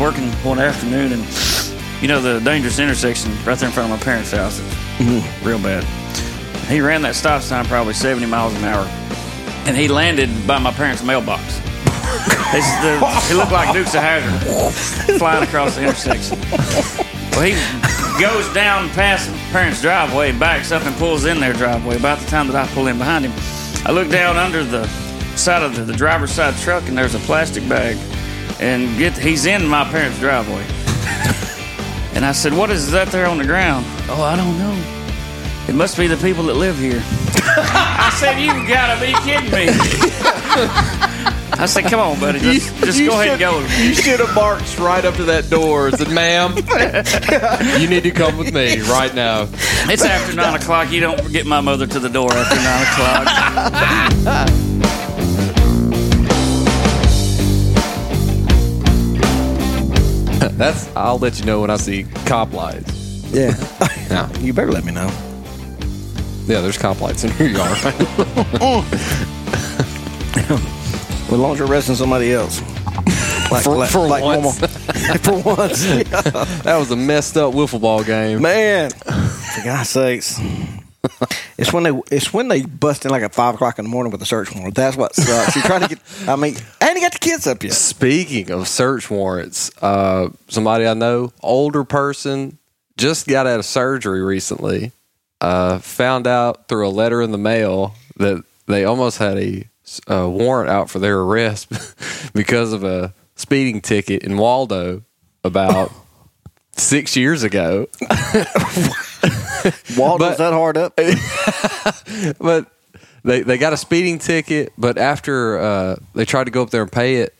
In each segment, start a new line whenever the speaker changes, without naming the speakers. working one afternoon, and you know the dangerous intersection right there in front of my parents' house, It's real bad. He ran that stop sign probably 70 miles an hour, and he landed by my parents' mailbox. This is the, he looked like Dukes of Hazard flying across the intersection. Well, he goes down past parents' driveway, backs up and pulls in their driveway. About the time that I pull in behind him, I look down under the side of the, the driver's side truck, and there's a plastic bag, and get he's in my parents' driveway. and I said, "What is that there on the ground?" Oh, I don't know. It must be the people that live here. I said, "You gotta be kidding me." I said, "Come on, buddy, just, just
You
go ahead and
should-
go." with me."
You should have marched right up to that door and said, ma'am, you need to come with me right now.
It's after nine o'clock. You don't get my mother to the door after nine o'clock.
That's I'll let you know when I see cop lights.
Yeah.
No.
you better let me know.
Yeah, there's cop lights in your yard.
Well, as long as you're arresting somebody else. Like,
For-
like-
for
like
once.
normal- for once. Yeah.
that was a messed up wiffle ball game.
Man. For God's sakes. It's when they it's when they bust in like at five o'clock in the morning with a search warrant. That's what sucks. You're trying to get I mean, and you got the kids up yet.
Speaking of search warrants, uh, somebody I know, older person, just got out of surgery recently. Uh, found out through a letter in the mail that they almost had a, a warrant out for their arrest because of a speeding ticket in Waldo about six years ago.
Waldo's
But-
that hard up.
but they they got a speeding ticket. But after uh, they tried to go up there and pay it,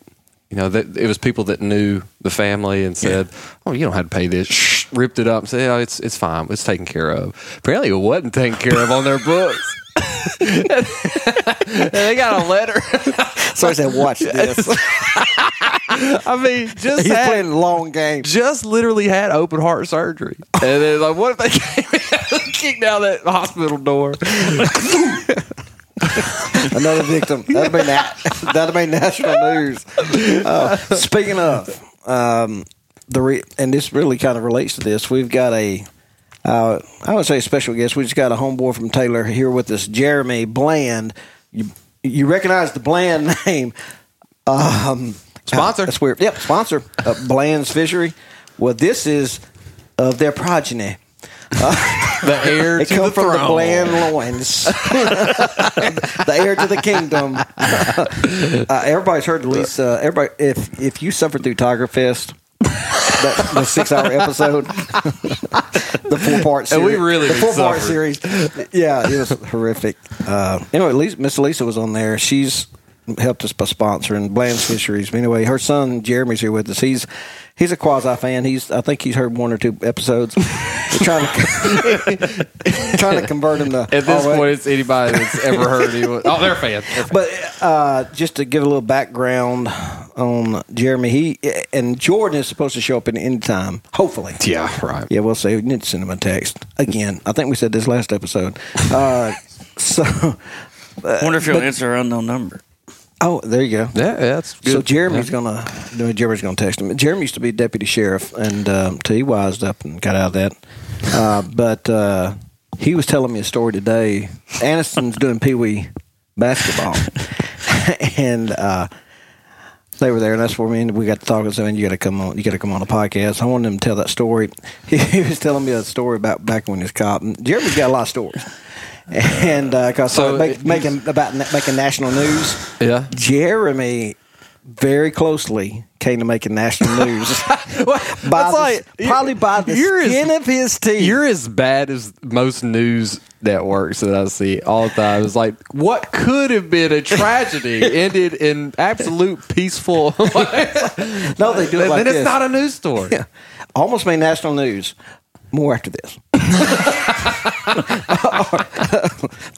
you know, that it was people that knew the family and said, "Oh, you don't have to pay this." Shh, ripped it up and said, "Oh, it's it's fine. It's taken care of." Apparently, it wasn't taken care of on their books. and they got a letter.
So I said, watch this.
I mean, just
He's
had-
playing a long game.
just literally had open heart surgery. And then like, what if they came and kicked down that hospital door?
Another victim. That'll be na- that'll be national news. Uh, speaking of um, the re- and this really kind of relates to this. We've got a uh, I would say a special guest. We just got a homeboy from Taylor here with us, Jeremy Bland. You you recognize the Bland name? Um,
Sponsor.
That's weird. Yep, sponsor. Uh, Bland's Fishery. Well, this is of their progeny.
The heir
It
to the
comes from the
throne.
bland loins, the heir to the kingdom. uh, everybody's heard at least. Uh, everybody, if if you suffered through Tiger Fest, that, the six hour episode, the four part
And
series,
we really
the four part
suffered.
series. Yeah, it was horrific. Uh, anyway, Lisa, Miss Lisa was on there. She's helped us by sponsoring Bland's Fisheries. But anyway, her son Jeremy's here with us. He's he's a quasi fan. He's I think he's heard one or two episodes. We're trying to trying to convert him to
At this
Oh, wait.
point, it's anybody that's ever heard. He was, oh, they're fans.
But uh, just to give a little background on Jeremy, he and Jordan is supposed to show up in any time, hopefully.
yeah, right.
Yeah, we'll see. We need to send him a text again. I think we said this last episode. Uh, so,
Wonder if you'll answer our unknown number.
oh, there you go.
Yeah, that's good.
So Jeremy's gonna no, Jeremy's gonna text him. Jeremy used to be deputy sheriff, and um, till he wised up and got out of that. Uh, but uh, he was telling me a story today. Aniston's doing Pee Wee basketball, and uh, they were there, and that's where me and we got to talking. So, man, you got to come on, you got to come on the podcast. I wanted him to tell that story. He, was telling me a story about back when he was cop. And Jeremy's got a lot of stories, and uh, because
So
so make,
it-
making about na- making national news.
Yeah.
Jeremy very closely came to making national news.
That's
by the- probably by the skin
as,
of his teeth.
You're as bad as most news networks that I see all the time. It's like what could have been a tragedy ended in absolute peaceful.
no, they do it
then
like
it's
this.
not a news story.
Yeah. Almost made national news. More after this.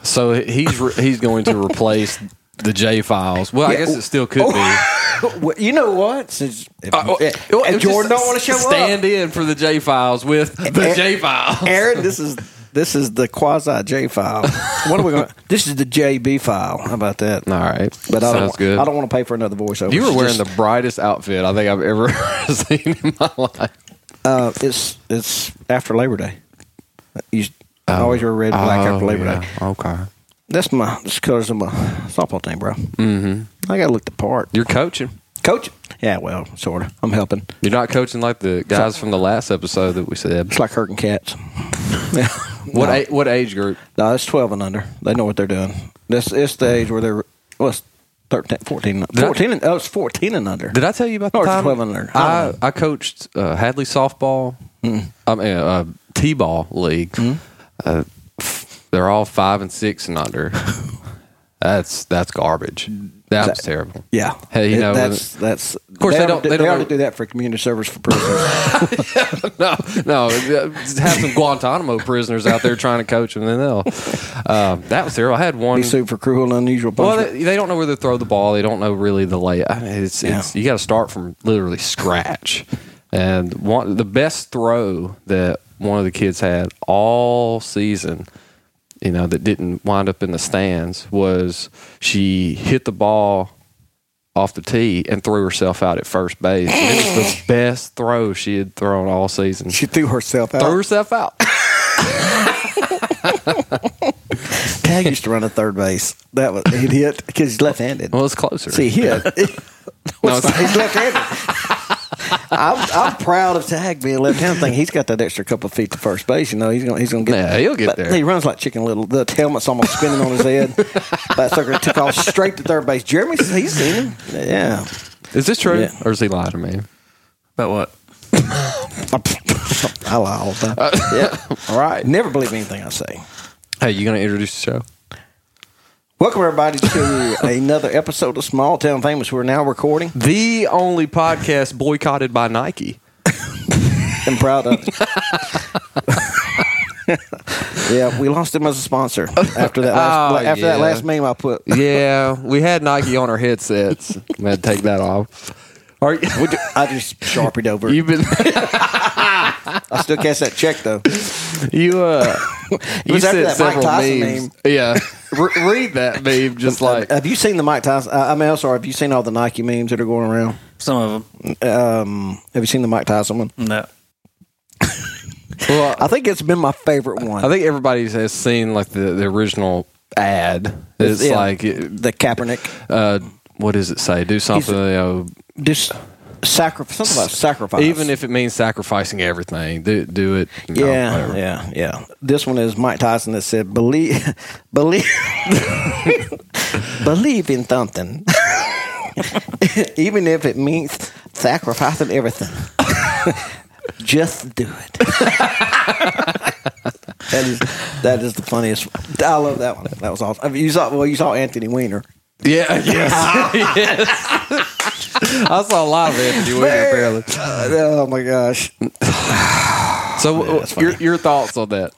So he's re- he's going to replace the J files. Well, I
Yeah. Oh.
guess it still could be.
Well, you know what? Since if,
Uh, well,
if-
well,
if
just
Jordan don't want to show
stand
up,
in for the J files with the
Eh,
J files.
Aaron, this is This is the quasi J file. What are we going? to This is the JB file. How about that?
All right,
But I
sounds
don't,
good.
I don't want to pay for another voiceover.
you were
It's
wearing
just-
the brightest outfit I think I've ever seen in my life.
Uh, it's it's after Labor Day. You
Oh.
I always wear red and black after Labor Day.
Okay.
That's my that's the colors of my softball team, bro. Mm-hmm. I gotta look the part.
You're coaching.
Coach? Yeah, well, sort of. I'm helping.
You're not coaching like the guys from the last episode that we said.
It's like herding cats. Yeah.
What
no,
a, what age group?
no, it's 12 and under. They know what they're doing. That's it's the age where they're well, it's 13, 14, and-
Did I-
14 and, oh, it's 14 and under.
Did I tell you about the
Or it's
time?
12 and under. I
I,
don't Mm-hmm.
I coached uh, Hadley softball. I mean, uh, t-ball league. Uh, they're all five and six and under. that's that's garbage. That was terrible.
Yeah.
Hey, you
It-
know,
that's that's of
course they don't- they don't-
already do that for community service for prisoners.
no, no. Just have some Guantanamo prisoners out there trying to coach them. Then they'll. Um, that was terrible. I had one.
Be sued for cruel and unusual
Well,
punishment.
they, they don't know where to throw the ball. They don't know really the lay. I mean, it's, it's
Yeah.
you got to start from literally scratch. And one, the best throw that one of the kids had all season, you know, that didn't wind up in the stands was she hit the ball off the tee and threw herself out at first base. And it was the best throw she had thrown all season.
she threw herself out.
threw herself out.
Tag used to run a third base. That was he'd hit because he's left-handed.
Well, it's closer.
See, he hit.
No, it's-
he's left-handed. I'm, I'm proud of Tag being left-handed. Thing he's got that extra couple of feet to first base. You know he's gonna he's gonna get.
Yeah, he'll get
but
there.
He runs like Chicken Little. The helmet's almost spinning on his head. that sucker took off straight to third base. Jeremy says he's seen him. Yeah.
Is this true?
Yeah.
Or is he lying to me?
About what?
I lie all the time.
Uh,
yeah. All right. Never believe anything I say.
Hey, you going to introduce the show?
Welcome everybody to another episode of Small Town Famous. We're now recording.
The only podcast boycotted by Nike.
I'm proud of it. yeah, we lost him as a sponsor after that last
Oh,
after that
yeah.
last meme I put.
Yeah, we had Nike on our headsets. I'm gonna take that off. Are you,
We ju- I just sharpied over. it.
you've been
I still cash that check though.
you uh you
was after
said
that
several
Mike Tyson
memes. Yeah, Re- read that meme just like
Have you seen the Mike Tyson? I I mean, I'm sorry. Have you seen all the Nike memes that are going around?
Some of them.
Um, have you seen the Mike Tyson one?
No.
well,
I think it's been my favorite one.
I think everybody has seen like the, the original ad. It's
Yeah.
like
the Kaepernick
uh what does it say? Do something you know,
just sacrifice. Something about sacrifice.
even if it means sacrificing everything. Do do it. No,
Yeah,
whatever.
yeah, yeah. This one is Mike Tyson that said, "Believe, believe, believe in something, even if it means sacrificing everything. Just do it." that is that is the funniest. I love that one. That was awesome. I mean, you saw well, you saw Anthony Weiner.
Yeah, yes. yes. I saw a lot of Anthony Weiner, apparently.
Uh, oh my gosh!
So,
that's
your,
funny.
your thoughts on that?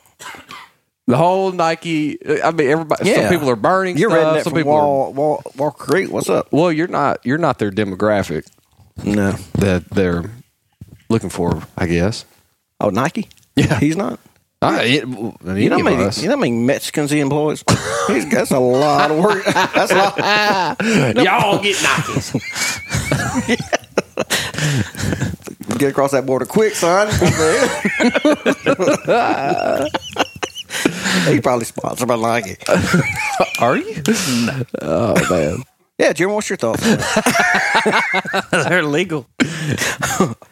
The whole Nike. I mean, everybody. Some
Yeah.
people are burning.
You're
stuff,
reading that
some
from
people
Wall, Wall Wall Creek. What's up?
Are, well, you're not. You're not their demographic
No.
that they're looking for. I guess.
Oh, Nike.
Yeah.
he's not.
I, it, any
You know, how
of
many,
us.
you know how many Mexicans he employs? He's, that's a lot of work. That's a lot.
Y'all get Nikes.
Get across that border quick, son. he probably sponsored by Nike.
are you? Oh man.
Yeah, Jim, what's your thoughts? on that?
They're legal.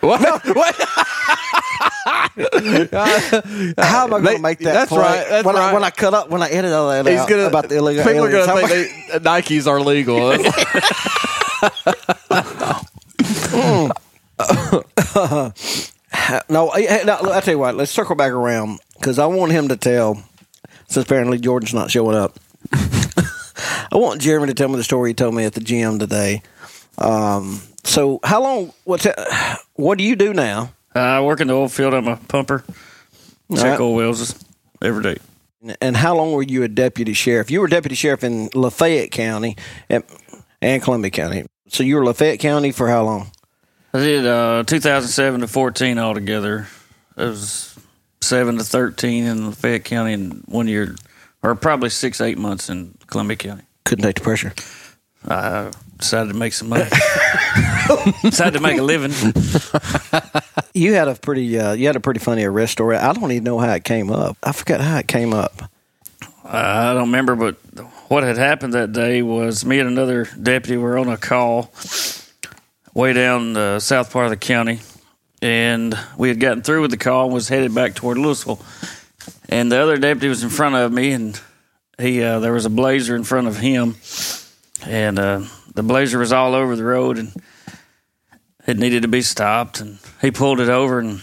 What? what?
How am I going
They-
to make that
that's
point
right, that's
when, I,
right.
when I cut up, when I edit all that
He's
out
gonna
about the illegal
People are
aliens, how
gonna
am I-
think they, Nikes are legal. That's-
No, I- hey, no, I tell you what. Let's circle back around because I want him to tell. Since apparently Jordan's not showing up, I want Jeremy to tell me the story he told me at the gym today. Um, so, how long? What? What do you do now?
Uh, I work in the oil field. I'm a pumper. Check
right.
oil wells just every day.
And how long were you a deputy sheriff? You were deputy sheriff in Lafayette County and, and Columbia County. So you were Lafayette County for how long?
I did uh, 2007 to 14 altogether. It was seven to thirteen in Lafayette County, and one year, or probably six eight months in Columbia County.
Couldn't take the pressure.
I decided to make some money. decided to make a living.
You had a pretty uh, you had a pretty funny arrest story. I don't even know how it came up. I forgot how it came up.
I don't remember, but what had happened that day was me and another deputy were on a call way down the south part of the county, and we had gotten through with the call and was headed back toward Louisville. And the other deputy was in front of me, and he uh, there was a blazer in front of him, and uh, the blazer was all over the road, and it needed to be stopped. And he pulled it over, and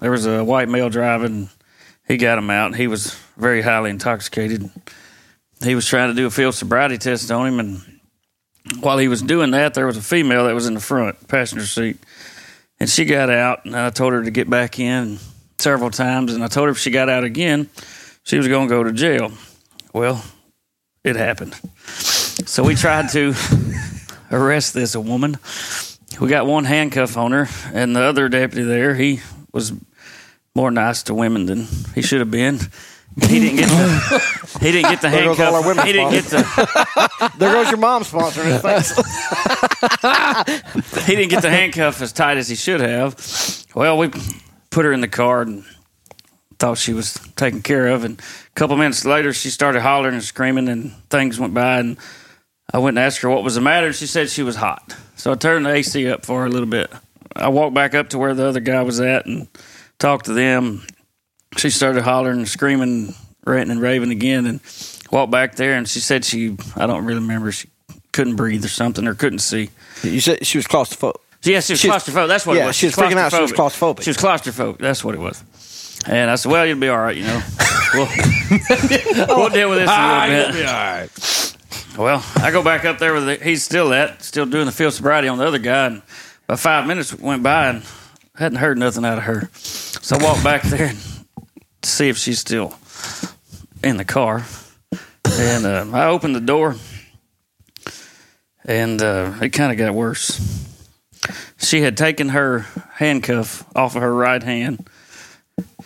there was a white male driving. He got him out. He was very highly intoxicated. He was trying to do a field sobriety test on him, and while he was doing that, there was a female that was in the front passenger seat, and she got out, and I told her to get back in several times, and I told her if she got out again, she was going to go to jail. Well, it happened. So we tried to arrest this woman. We got one handcuff on her, and the other deputy there, he was more nice to women than he should have been. He didn't get the he didn't get the
There goes all our
handcuff.
women
He didn't get the
There goes your mom sponsoring it. Thanks.
he didn't get the handcuff as tight as he should have. Well, we put her in the car and thought she was taken care of. And a couple minutes later, she started hollering and screaming, and things went by. And I went and asked her what was the matter, and she said she was hot. So I turned the AC up for her a little bit. I walked back up to where the other guy was at and talked to them. She started hollering and screaming, ranting and raving again, and walked back there. And she said she, I don't really remember, she couldn't breathe or something or couldn't see.
You said she was claustrophobic.
Yeah, she was
She was-
claustrophobic. That's what
yeah,
it was.
she was freaking out. She was claustrophobic.
She was claustrophobic. That's what it was. And I said, "Well, you'll be all right, you know. We'll, we'll deal with this in a little bit." Well, I go back up there with the, he's still at still doing the field sobriety on the other guy, and about five minutes went by and hadn't heard nothing out of her. So I walked back there and to see if she's still in the car, and uh, I opened the door, and uh, it kind of got worse she had taken her handcuff off of her right hand.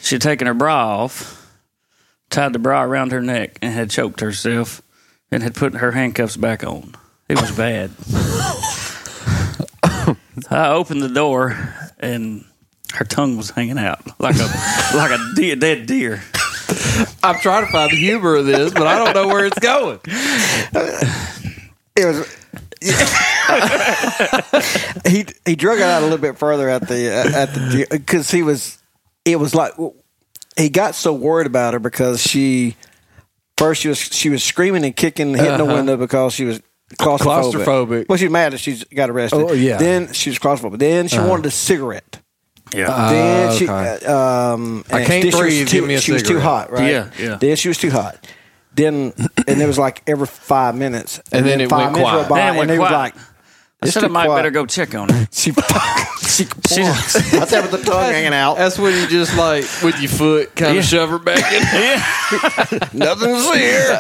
She had taken her bra off, tied the bra around her neck, and had choked herself and had put her handcuffs back on. It was bad. I opened the door and her tongue was hanging out like a like a deer, dead deer.
I'm trying to find the humor of this, but I don't know where it's going.
It was. he he drug it out a little bit further at the at the because he was it was like he got so worried about her because she first she was she was screaming and kicking and hitting the window because she was claustrophobic.
Uh-huh. Claustrophobic.
Well, she's mad that she's got arrested.
Oh, yeah.
Then she was claustrophobic. Then
Uh-huh.
she wanted a cigarette.
Yeah.
Then she,
okay.
uh, um,
Uh, I
and
can't
she was
breathe,
Too,
give me a
she was too
cigarette.
hot, right?
Yeah, yeah.
Then she was too hot. Then and it was like every five minutes,
And then it went
five minutes
quiet.
went by,
Then it
and
went
they was
quiet.
like,
I
it's
said
too
I might
quiet.
better go check on her.
she she
She's-
That's with the tongue hanging out.
That's when you just like with your foot kind of shove her back in.
Nothing's here.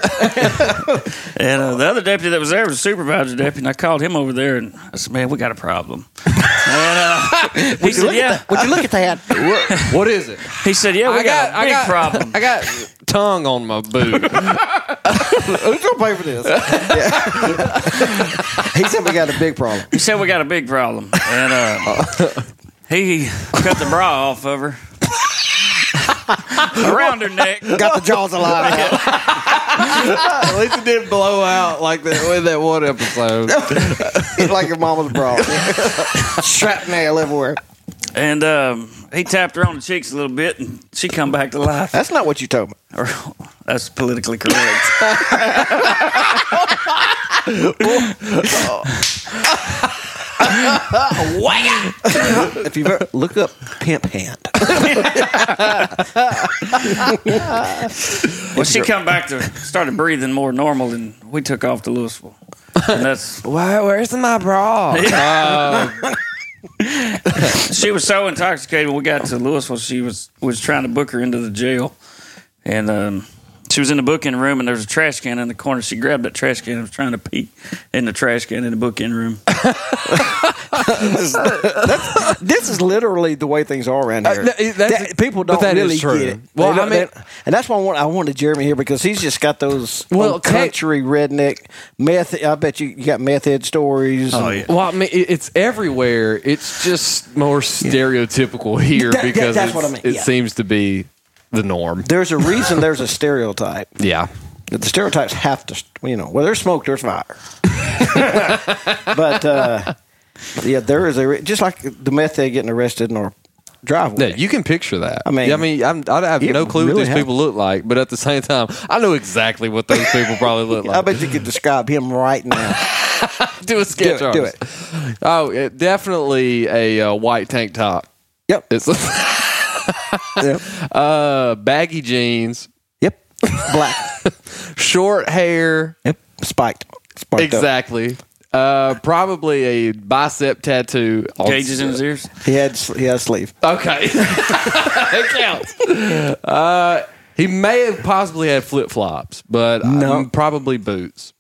And uh, the other deputy that was there was a supervisor deputy, and I called him over there, and I said, "Man, we got a problem." and, uh, he said, "Yeah."
Would you look at that?
What, what is it?
He said, "Yeah, we got, a big problem."
I got tongue on my boot.
Who's gonna pay for this? Yeah. he said we got a big problem.
He said, "We got a big problem," and uh, he cut the bra off of her around her neck.
Got the jaws alive. out.
At least it didn't blow out like that with that one episode.
It's like your mama's bra. Shrapnel everywhere.
And um, he tapped her on the cheeks a little bit, and she come back to life.
That's not what you told me.
Or, that's politically correct.
If you've ever look up pimp hand.
Well, she come back to started breathing more normal, and we took off to Louisville. And that's
Why? Where's my bra?
she was so intoxicated when we got to Louisville. She was was trying to book her into the jail, and um, She was in the bookend room, and there was a trash can in the corner. She grabbed that trash can and was trying to pee in the trash can in the bookend room.
This is literally the way things are around here.
Uh, no, that's-
That- people
but
don't
that is
really
true.
get it.
Well,
They
I
don't-
mean-
they- and that's why I, want, I wanted Jeremy here because he's just got those
Well,
old
tech-
country redneck meth. I bet you, you got meth head stories.
Oh,
and-
yeah.
Well, I mean, it- it's everywhere. It's just more stereotypical here
That- that-
because
that's what I
it's-
mean,
it
yeah.
seems to be the norm.
There's a reason. There's a stereotype.
Yeah.
that the stereotypes have to, you know, where there's smoke, there's fire. but uh, yeah, there is a just like the meth head getting arrested in our
Yeah,
driveway.
you can picture that. I
mean-
I mean, I'm, I have
It
no clue what
really
these people look like, but at the same time, I know exactly what those people probably look like.
I bet you could describe him right now.
do a sketch
do
artist. Oh, it, definitely a uh, white tank top.
yep.
It's
Yep.
uh, baggy jeans,
Yep. Black.
short hair.
Yep. Spiked. Spiked. Up.
Exactly. Uh, probably a bicep tattoo. on-
Gauges in his ears.
He had s- he had a sleeve.
Okay, that counts. Uh, he may have possibly had flip flops, but
No.
um, probably boots.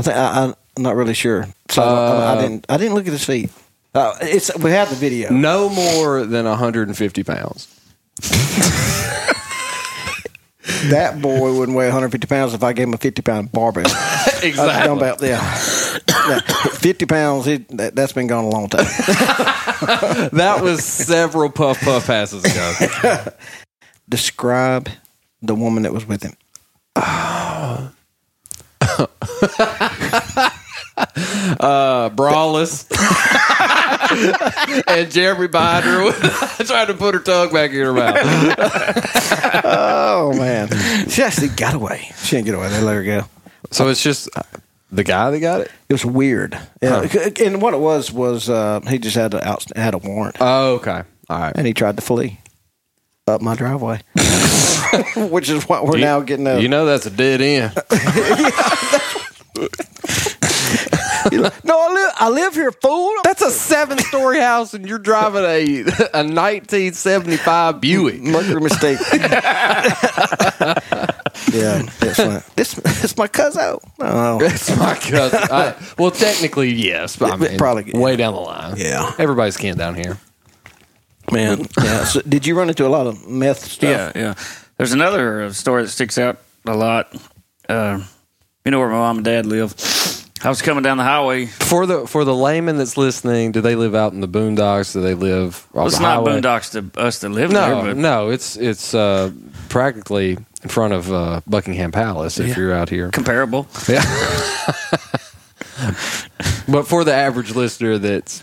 I think I, I'm not really sure. So I,
Uh,
I didn't I didn't look at his feet. Uh, it's we have the video.
No more than 150 pounds.
That boy wouldn't weigh 150 pounds if I gave him a 50 pound barbell. Uh, dumbbell, yeah. Yeah, Fifty pounds. It, that, that's been gone a long time.
That was several puff puff passes ago.
Describe the woman that was with him.
uh, brawless. and Jeremy Binder was trying to put her tongue back in her mouth.
Oh man, she actually got away. She didn't get away. They let her go.
So it's just the guy that got it.
It was weird. Yeah. And what it was was uh, he just had a out, had a warrant,
Oh, okay. All right.
and he tried to flee up my driveway, which is what we're now getting. A,
You know that's a dead end.
no, I live I live here, fool.
That's a seven-story house, and you're driving a a 1975 Buick.
Mercury mistake. yeah, that's my, this it's my cousin. Oh,
That's my cousin. I- well, technically, yes, but I
It- it
mean,
probably-
way down the line.
Yeah.
everybody's kin down here.
man. Yeah. So did you run into a lot of meth stuff?
Yeah, yeah. There's another uh, story that sticks out a lot. Uh, you know where my mom and dad live. I was coming down the highway.
For the for the layman that's listening, do they live out in the boondocks? Do they live? off
It's
the
not
highway?
boondocks to uh, us that live
No,
there, but
no, it's it's uh, practically in front of uh, Buckingham Palace if you're out here.
comparable.
But for the average listener that's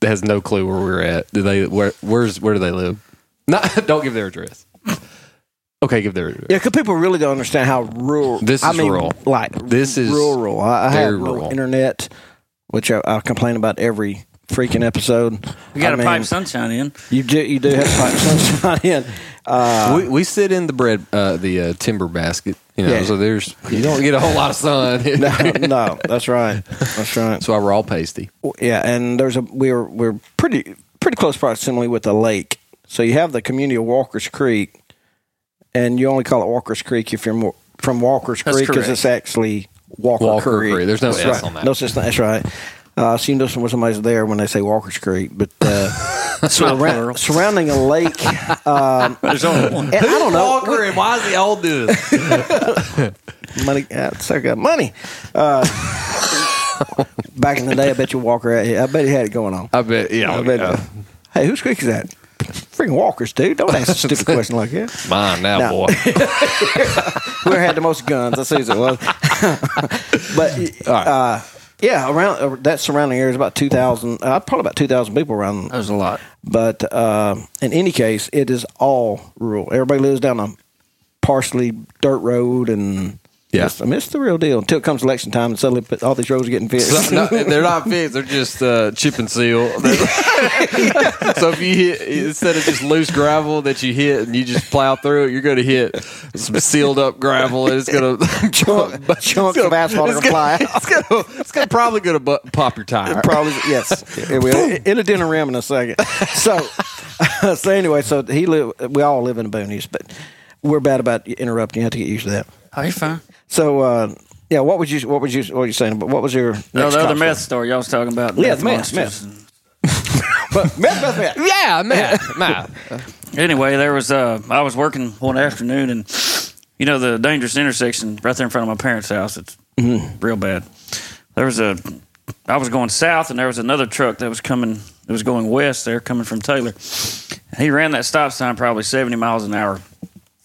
that has no clue where we're at, do they where where's where do they live? Not don't give their address. Okay, give their address.
Yeah, because people really don't understand how rural.
This
I
is
mean,
rural.
Like
This is
rural. I, I
very
have no
rural.
internet, which I, I complain about every freaking episode.
We got
I
to
mean,
pipe sunshine in.
You do. You do have to pipe sunshine in. Uh,
we, we sit in the bread uh, the uh, timber basket, you know.
Yeah.
So there's you don't get a whole lot of sun.
no, no, that's right. That's right.
That's why we're all pasty.
Yeah, and there's a we're we're pretty pretty close proximity with the lake. So you have the community of Walker's Creek, and you only call it Walker's Creek if you're more, from Walker's
That's
Creek because
correct.
it's actually Walker,
Walker
Creek.
Creek. There's no
that's
S
right.
on that.
No S. That's right. Uh, so you know some- somebody's there when they say Walker's Creek, but uh,
not
surra-
plural.
surrounding a lake. Um,
There's only one.
and I don't know.
and why is he all doing this?
money. That's I got money. Uh, back in the day, I bet you Walker. had- I bet he had it going on.
I bet. Yeah,
I bet,
Oh, yeah.
uh, hey, whose creek is that? Freaking Walker's, dude. Don't ask a stupid question like that.
mine now,
No.
boy.
We had the most guns. That's who it was. but uh, yeah, around uh, that surrounding area is about two thousand. Uh, probably about two thousand people around.
There's a lot.
But um in any case, it is all rural. Everybody lives down a partially dirt road and.
Yeah.
It's- I mean, it's the real deal until it comes election time and suddenly all these roads are getting fixed.
So, no, they're not fixed. They're just uh, chip and seal. so if you hit instead of just loose gravel that you hit and you just plow through it, you're going to hit some sealed up gravel and it's going to
Chunk- chunks of asphalt are gonna fly out.
It's going to it's gonna probably going to bu- pop your tire.
Probably yes. It will. It'll dinner rim in a second. So, so anyway, so he live. We all live in the boonies, but we're bad about interrupting. You have to get used to that.
Oh, you're fine.
So, uh, yeah, what was you? What was you? What were you saying? But what was
No,
your next
the other
cop story?
meth story y'all was talking about.
Yeah, the meth,
monsters.
But meth, meth, meth.
Yeah, man. man.
Anyway, there was uh, I was working one afternoon, and you know the dangerous intersection right there in front of my parents' house. It's
Mm-hmm.
real bad. There was a, I was going south, and there was another truck that was coming. It was going west. There, coming from Taylor. He ran that stop sign probably seventy miles an hour,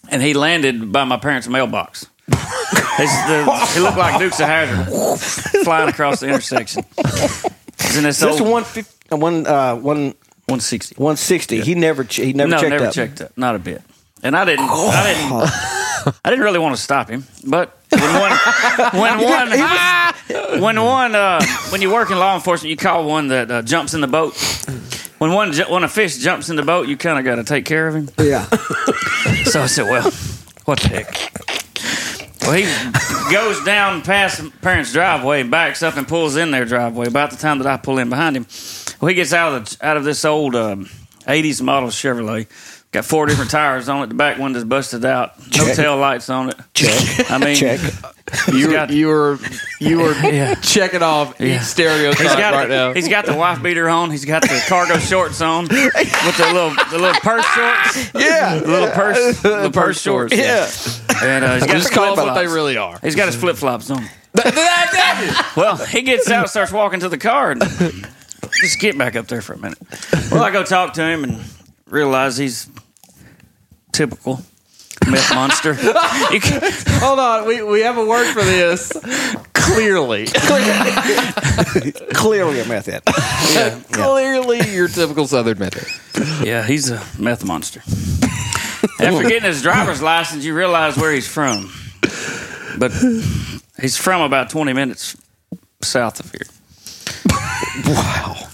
and he landed by my parents' mailbox. He's the- he looked like Dukes of Hazard flying across the intersection. Isn't this
That's
old
one fifty, one, uh, one,
one sixty?
one sixty. He never, che- he never
no,
checked
never
up.
checked up. Not a bit. And I didn't. I didn't. I didn't really want to stop him, but when one, when one, when one, uh, when you work in law enforcement, you call one that uh, jumps in the boat. When one, ju- when a fish jumps in the boat, you kind of got to take care of him.
Yeah,
So I said, "Well, what the heck?" Well, he goes down past parents' driveway, backs up, and pulls in their driveway. About the time that I pull in behind him, well, he gets out of the, out of this old um, '80s model Chevrolet. Got four different tires on it. The back window's busted out. No
Check.
tail lights on it.
check,
I mean,
check.
he's
You were,
got-
you were you were checking off each stereotype
He's got,
right now.
he's got the wife beater on. He's got the cargo shorts on with the little the little purse shorts.
Yeah,
The little purse, the purse,
purse
shorts.
shorts,
yeah.
And uh, he's got
Just
the
call them
gloves.
what they really are.
He's got his flip flops on. well, he gets out, starts walking to the car, and just get back up there for a minute. Well, I go talk to him and realize he's typical meth monster. You can-
Hold on, we, we have a word for this. Clearly,
Clearly a meth head.
clearly, your typical Southern method.
yeah, he's a meth monster. After getting his driver's license, you realize where he's from. But he's from about 20 minutes south of here.
I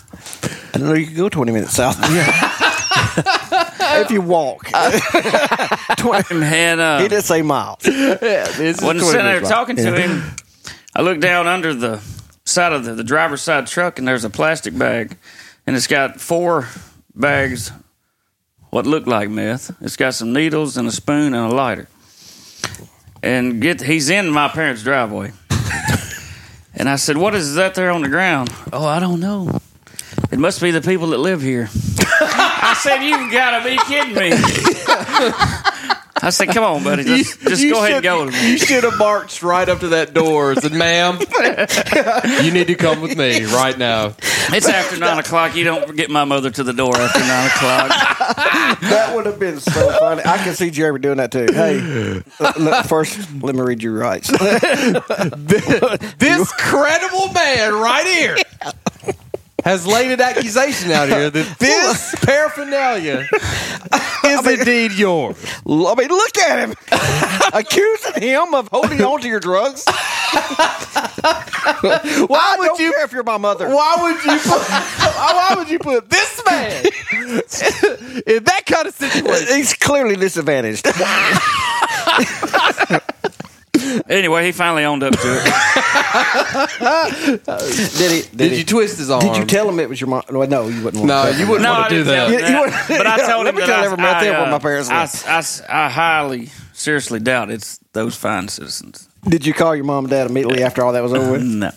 don't know. You can go twenty minutes south. if you walk, twenty.
And uh,
He did say miles.
Wasn't sitting there talking to him. I look down under the side of the, the driver's side truck, and there's a plastic bag, and it's got four bags, what look like meth. It's got some needles and a spoon and a lighter. And get he's in my parents' driveway, and I said, "What is that there on the ground?" Oh, I don't know. It must be the people that live here. I said, "You've got to be kidding me." I said, "Come on, buddy, just, just go ahead and go." with me."
You should have marched right up to that door and said, "Ma'am, you need to come with me right now."
It's after nine o'clock. You don't get my mother to the door after nine o'clock.
That would have been so funny. I can see Jeremy doing that too. Hey, l- look, first, let me read your rights.
This credible man right here has laid an accusation out here that this paraphernalia is indeed yours.
L- I mean, look at him accusing him of holding on to your drugs.
Why
I don't
would you?
care if you're my mother.
Why would you put? Why would you put this man in that kind of situation?
He's clearly disadvantaged.
Anyway, he finally owned up to it.
Did he? Did,
Did
he-
you twist his arm?
Did you tell him it was your mom? No, no, you wouldn't.
No,
want to
you wouldn't
No,
want
I
to do
didn't tell
that.
him
Yeah, you
that.
were-
But I
Yeah,
told him
let me
that
tell
I,
everyone out there
I,
what
uh,
my parents
I,
did.
I, I highly, seriously doubt it's those fine citizens.
Did you call your mom and dad immediately after all that was over with?
No,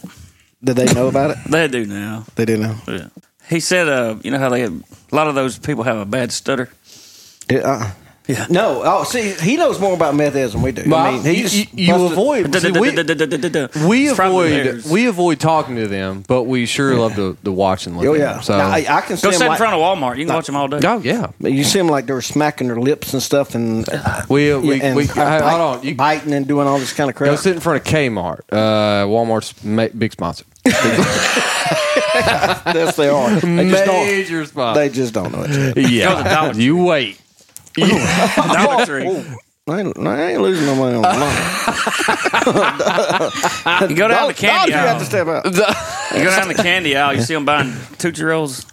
Did they know about it?
they do now.
They didn't know.
Yeah. He said, uh, "You know how they have, a lot of those people have a bad stutter."
Yeah, uh-uh.
Yeah.
No. Oh, see, he knows more about meth heads than we do.
Well,
I mean, he
you-
just
you- you
busted-
avoid- See, we- We
We
avoid we avoid talking to them, but we sure love to, to watch and look.
Oh
at
yeah.
them, so
Now, I, I can see
Go
him
sit in
like-
front of Walmart. You can watch them all day.
oh yeah,
You see them like they were smacking their lips and stuff, and
we uh, we,
and
we
bite-
I- hold on. You go
biting and doing all this kind of crap.
sit in front of Kmart. Uh, Walmart's ma- big sponsor.
yes, they are. They just don't.
Major sponsor.
They just don't know it.
Go to Dollar
Yeah,
Tree.
you wait.
Dollar Tree.
I ain't, I ain't losing no money on mine.
You go down the
Dollars,
candy
you have to
aisle.
step up.
You go down the candy aisle. You see them buying tootsie rolls.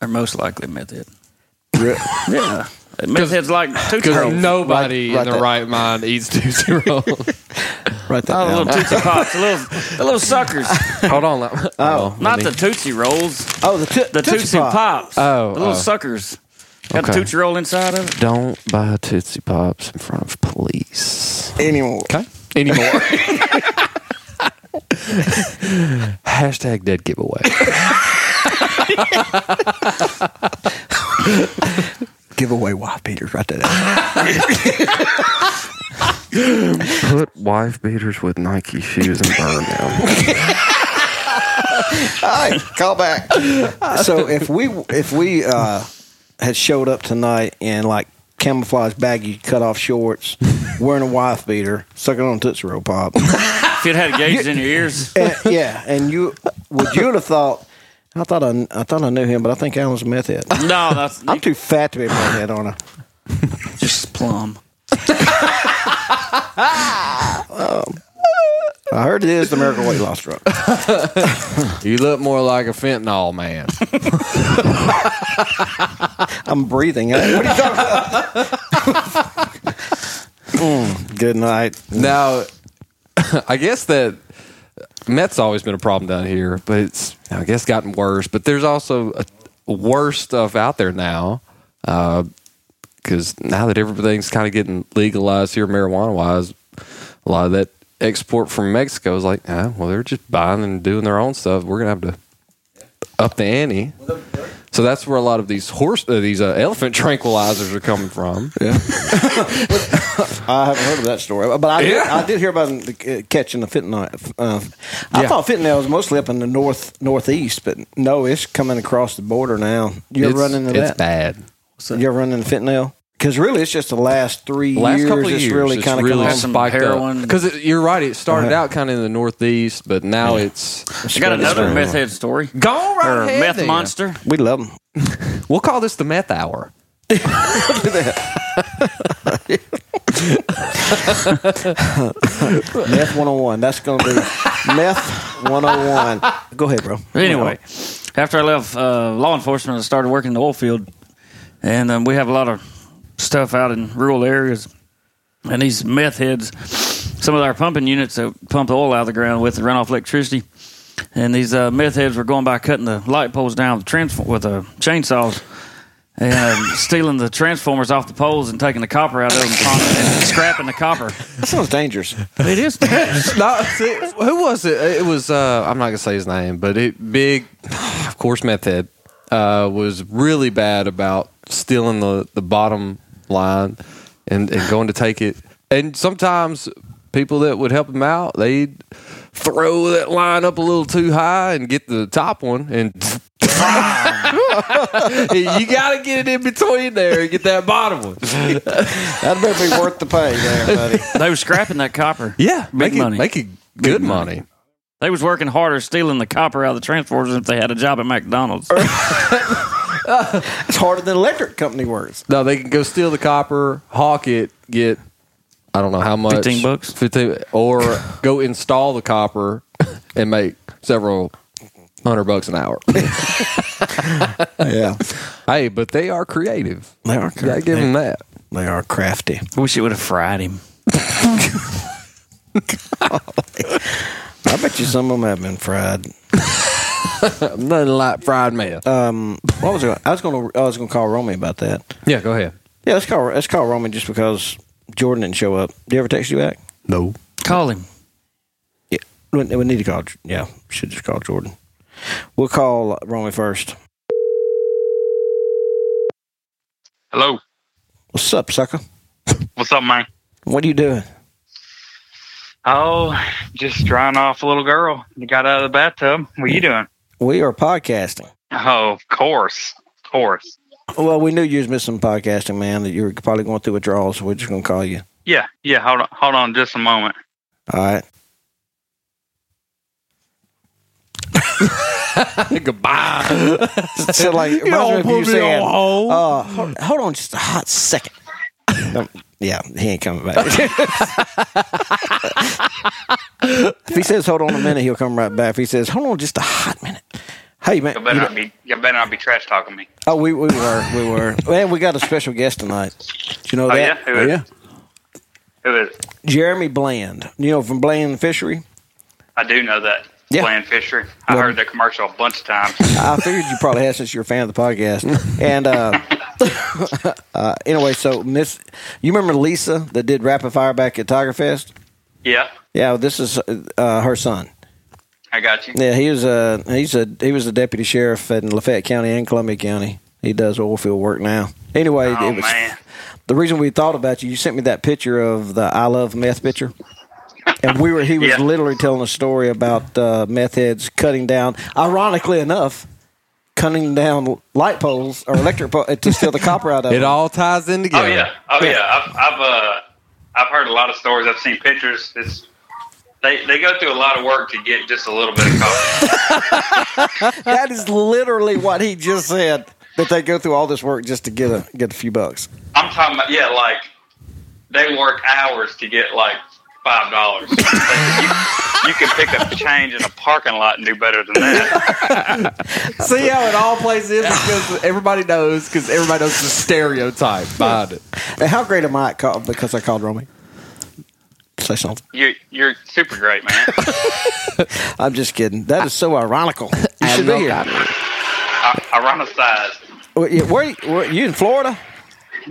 They're most likely meth head. Yeah. Meth heads like Tootsie
Because
Rolls.
nobody
right
in the
there.
right mind eats two zero.
Right there.
Oh, the little Tootsie Pops, the little, the little suckers.
Hold on. let- hold on, Oh, let
Not
me-
the Tootsie Rolls,
oh, the, t-
the Tootsie,
Pop.
Pops.
Oh,
The little
oh.
suckers. Got the
Okay.
Tootsie Roll inside of it.
Don't buy Tootsie Pops in front of police.
Anymore.
Okay. Anymore. Hashtag dead giveaway.
Give away wife beaters. Write that out.
Put wife beaters with Nike shoes and burn them.
All right, call back. so if we if we uh, had showed up tonight in like camouflage baggy cut off shorts, wearing a wife beater, sucking on a Tootsie Roll Pop,
If it had gauges in your ears,
and, yeah, and you would you would have thought? I thought I, I thought I knew him, but I think Alan's a meth head.
no, that's
I'm too fat to be a meth head, aren't I?
just plum.
um, I heard it is the miracle weight loss drug.
You look more like a fentanyl man.
I'm breathing. What are you talking about? Mm, good night.
now, I guess that meth's always been a problem down here, but it's I guess gotten worse. But there's also a, worse stuff out there now. Because now that everything's kind of getting legalized here, marijuana wise, a lot of that export from Mexico is like, ah, well, they're just buying and doing their own stuff. We're gonna have to up the ante. So that's where a lot of these horse, uh, these uh, elephant tranquilizers are coming from.
I haven't heard of that story, but I did,
Yeah.
I did hear about the, uh, catching the fentanyl. Uh, I
Yeah.
thought fentanyl was mostly up in the north northeast, but no, it's coming across the border now. You're
It's-
running into
It's
that.
bad.
You're running into fentanyl because really, it's just the last three
last
years.
couple of
it's
years,
really
it's
kind of
really
Had some
spiked
heroin.
Because you're right, it started
Uh-huh.
out kind of in the northeast, but now it's
I got another meth head story.
gone right
Or
ahead
meth
then.
monster.
We love them.
We'll call this the meth hour.
Meth 101. That's going to be meth 101. Go ahead, bro.
Anyway, after I left uh, law enforcement, I started working in the oil field, and um, we have a lot of stuff out in rural areas. And these meth heads, some of our pumping units that pump the oil out of the ground with run off electricity, and these uh, meth heads were going by cutting the light poles down with, transform- with uh, chainsaws and um, stealing the transformers off the poles and taking the copper out of them and scrapping the copper.
that sounds dangerous.
It is.
no, see, who was it? It was uh, I'm not gonna say his name, but it big, of course, meth head uh, was really bad about stealing the the bottom line and and going to take it. And sometimes people that would help him out, they'd throw that line up a little too high and get the top one and. you got to get it in between there and get that bottom one.
That better be worth the pay there, buddy.
They were scrapping that copper.
Yeah,
Big
make
money.
it make it good money.
They was working harder stealing the copper out of the transformers than if they had a job at McDonald's. Mm,
It's harder than electric company works.
No, they can go steal the copper, hawk it, get I don't know how much,
15 bucks?
fifteen, or go install the copper and make several hundred bucks an hour.
Yeah.
hey, but they are creative.
They are
Gotta give them that.
They are crafty.
I wish it would have fried him.
I bet you some of them have been fried.
Nothing like fried mayo.
Um, What was I, I was going to I was going to call Romy about that.
yeah, go ahead.
Yeah, let's call let's call Romy just because Jordan didn't show up. Did he ever text you back?
No.
Call him.
Yeah, we, we need to call. Yeah, should just call Jordan. We'll call Romy first.
Hello.
What's up, sucker?
What's up, man?
What are you doing?
Oh, just drying off a little girl. You got out of the bathtub. What you doing?
We are podcasting.
Oh, of course. Of course.
Well, we knew you was missing podcasting, man. That you were probably going through withdrawals, so we're just going to call you.
Yeah, yeah, hold on hold on just a moment.
All right. Ah,
Goodbye.
So like, it
You
reminds me
don't
of
put me
saying,
on hold.
Uh, hold, hold on just a hot second. Um, yeah, he ain't coming back. if he says hold on a minute, he'll come right back. If he says hold on just a hot minute, hey man,
You
you
better
know-
not be you better not be trash talking me.
oh we, we were we were man, we got a special guest tonight. Did you know
Oh yeah?
that?
Who is it? Who is it?
Jeremy Bland, you know from Bland Fishery.
I do know that.
Yeah.
Bland Fisher. I
Well-
heard the commercial a bunch of times.
I figured you probably had since you're a fan of the podcast, and uh, Uh, anyway, so Miss, you remember Lisa that did Rapid Fire back at Tiger Fest?
Yeah,
Yeah, this is uh, her son.
I got you.
Yeah, he was a he's a he was a deputy sheriff in Lafayette County and Columbia County. He does oil field work now. Anyway,
Oh
it was
man,
the reason we thought about you. You sent me that picture of the I love meth picture, and we were he was
Yeah.
literally telling a story about uh, meth heads cutting down. Ironically enough, cutting down light poles or electric poles to steal the copper out of
It
them.
all ties in together.
Oh yeah, oh yeah. I've I've uh, I've heard a lot of stories. I've seen pictures. It's they they go through a lot of work to get just a little bit of coffee.
That is literally what he just said. That they go through all this work just to get a get a few bucks.
I'm talking about yeah, like they work hours to get like five dollars. Like, you, you can pick up change in a parking lot and do better than that.
See how it all plays in because everybody knows because everybody knows the stereotype behind it.
And how great am I at call, because I called Romy? Say something.
You you're super great, man.
I'm just kidding. That is so ironical. You should be here.
I, I run a size.
Where, where, where- you in Florida?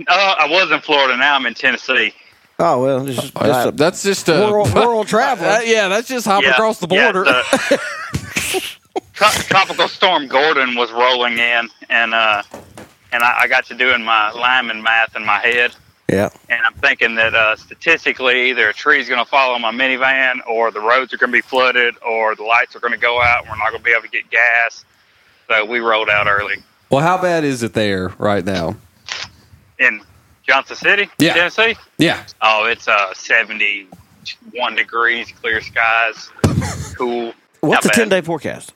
Uh, I was in Florida. Now I'm in Tennessee.
Oh well, this is
All right,
just
that's just
a
a
world, world traveler.
Uh, yeah, that's just hopping
Yeah,
across the
yeah,
border.
the- Tro- tropical storm Gordon was rolling in, and uh, and I, I got to doing my lineman math in my head,
Yeah.
and I'm thinking that uh, statistically, either a tree's going to fall on my minivan, or the roads are going to be flooded, or the lights are going to go out, and we're not going to be able to get gas. So we rolled out early
well, how bad is it there right now?
in Johnson City,
Yeah.
Tennessee.
Yeah,
Oh, it's uh, 71 degrees, clear skies, cool. Not
What's the ten
bad.
day forecast?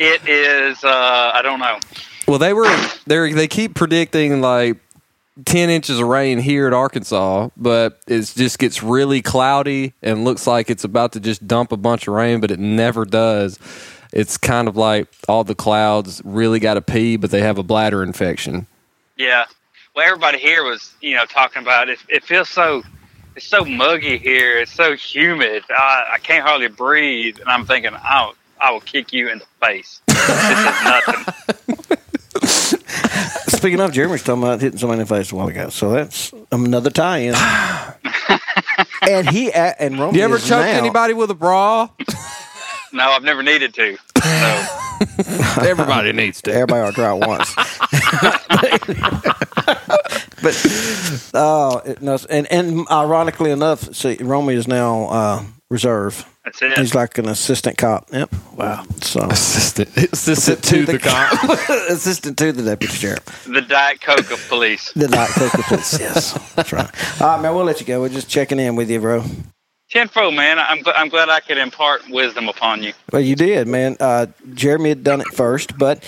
It is. Uh, I don't know.
Well, they were they they keep predicting like ten inches of rain here at Arkansas, but it just gets really cloudy and looks like it's about to just dump a bunch of rain, but it never does. It's kind of like all the clouds really got to pee, but they have a bladder infection.
Yeah. Well, everybody here was, you know, talking about it. It feels so, it's so muggy here. It's so humid. I, I can't hardly breathe. And I'm thinking, I'll, I will kick you in the face. this is nothing.
Speaking of, Jeremy's talking about hitting somebody in the face a while ago, so that's another tie-in. and he a- and Romy.
You ever
is
choked
now-
anybody with a bra?
No, I've never needed to. So,
Everybody needs to.
Everybody ought to try it once. but uh, it- no, and and ironically enough, see, Romy is now uh, reserve.
that's it.
He's like an assistant cop. Yep. Wow. So
Assistant, assistant to the cop.
assistant to the deputy sheriff.
the Diet Coke of police.
Did not take the police. Yes, that's right. All right, man. We'll let you go. We're just checking in with you, bro.
Tenfold, man. I'm, gl- I'm glad I could impart wisdom upon you.
Well, you did, man. Uh, Jeremy had done it first, but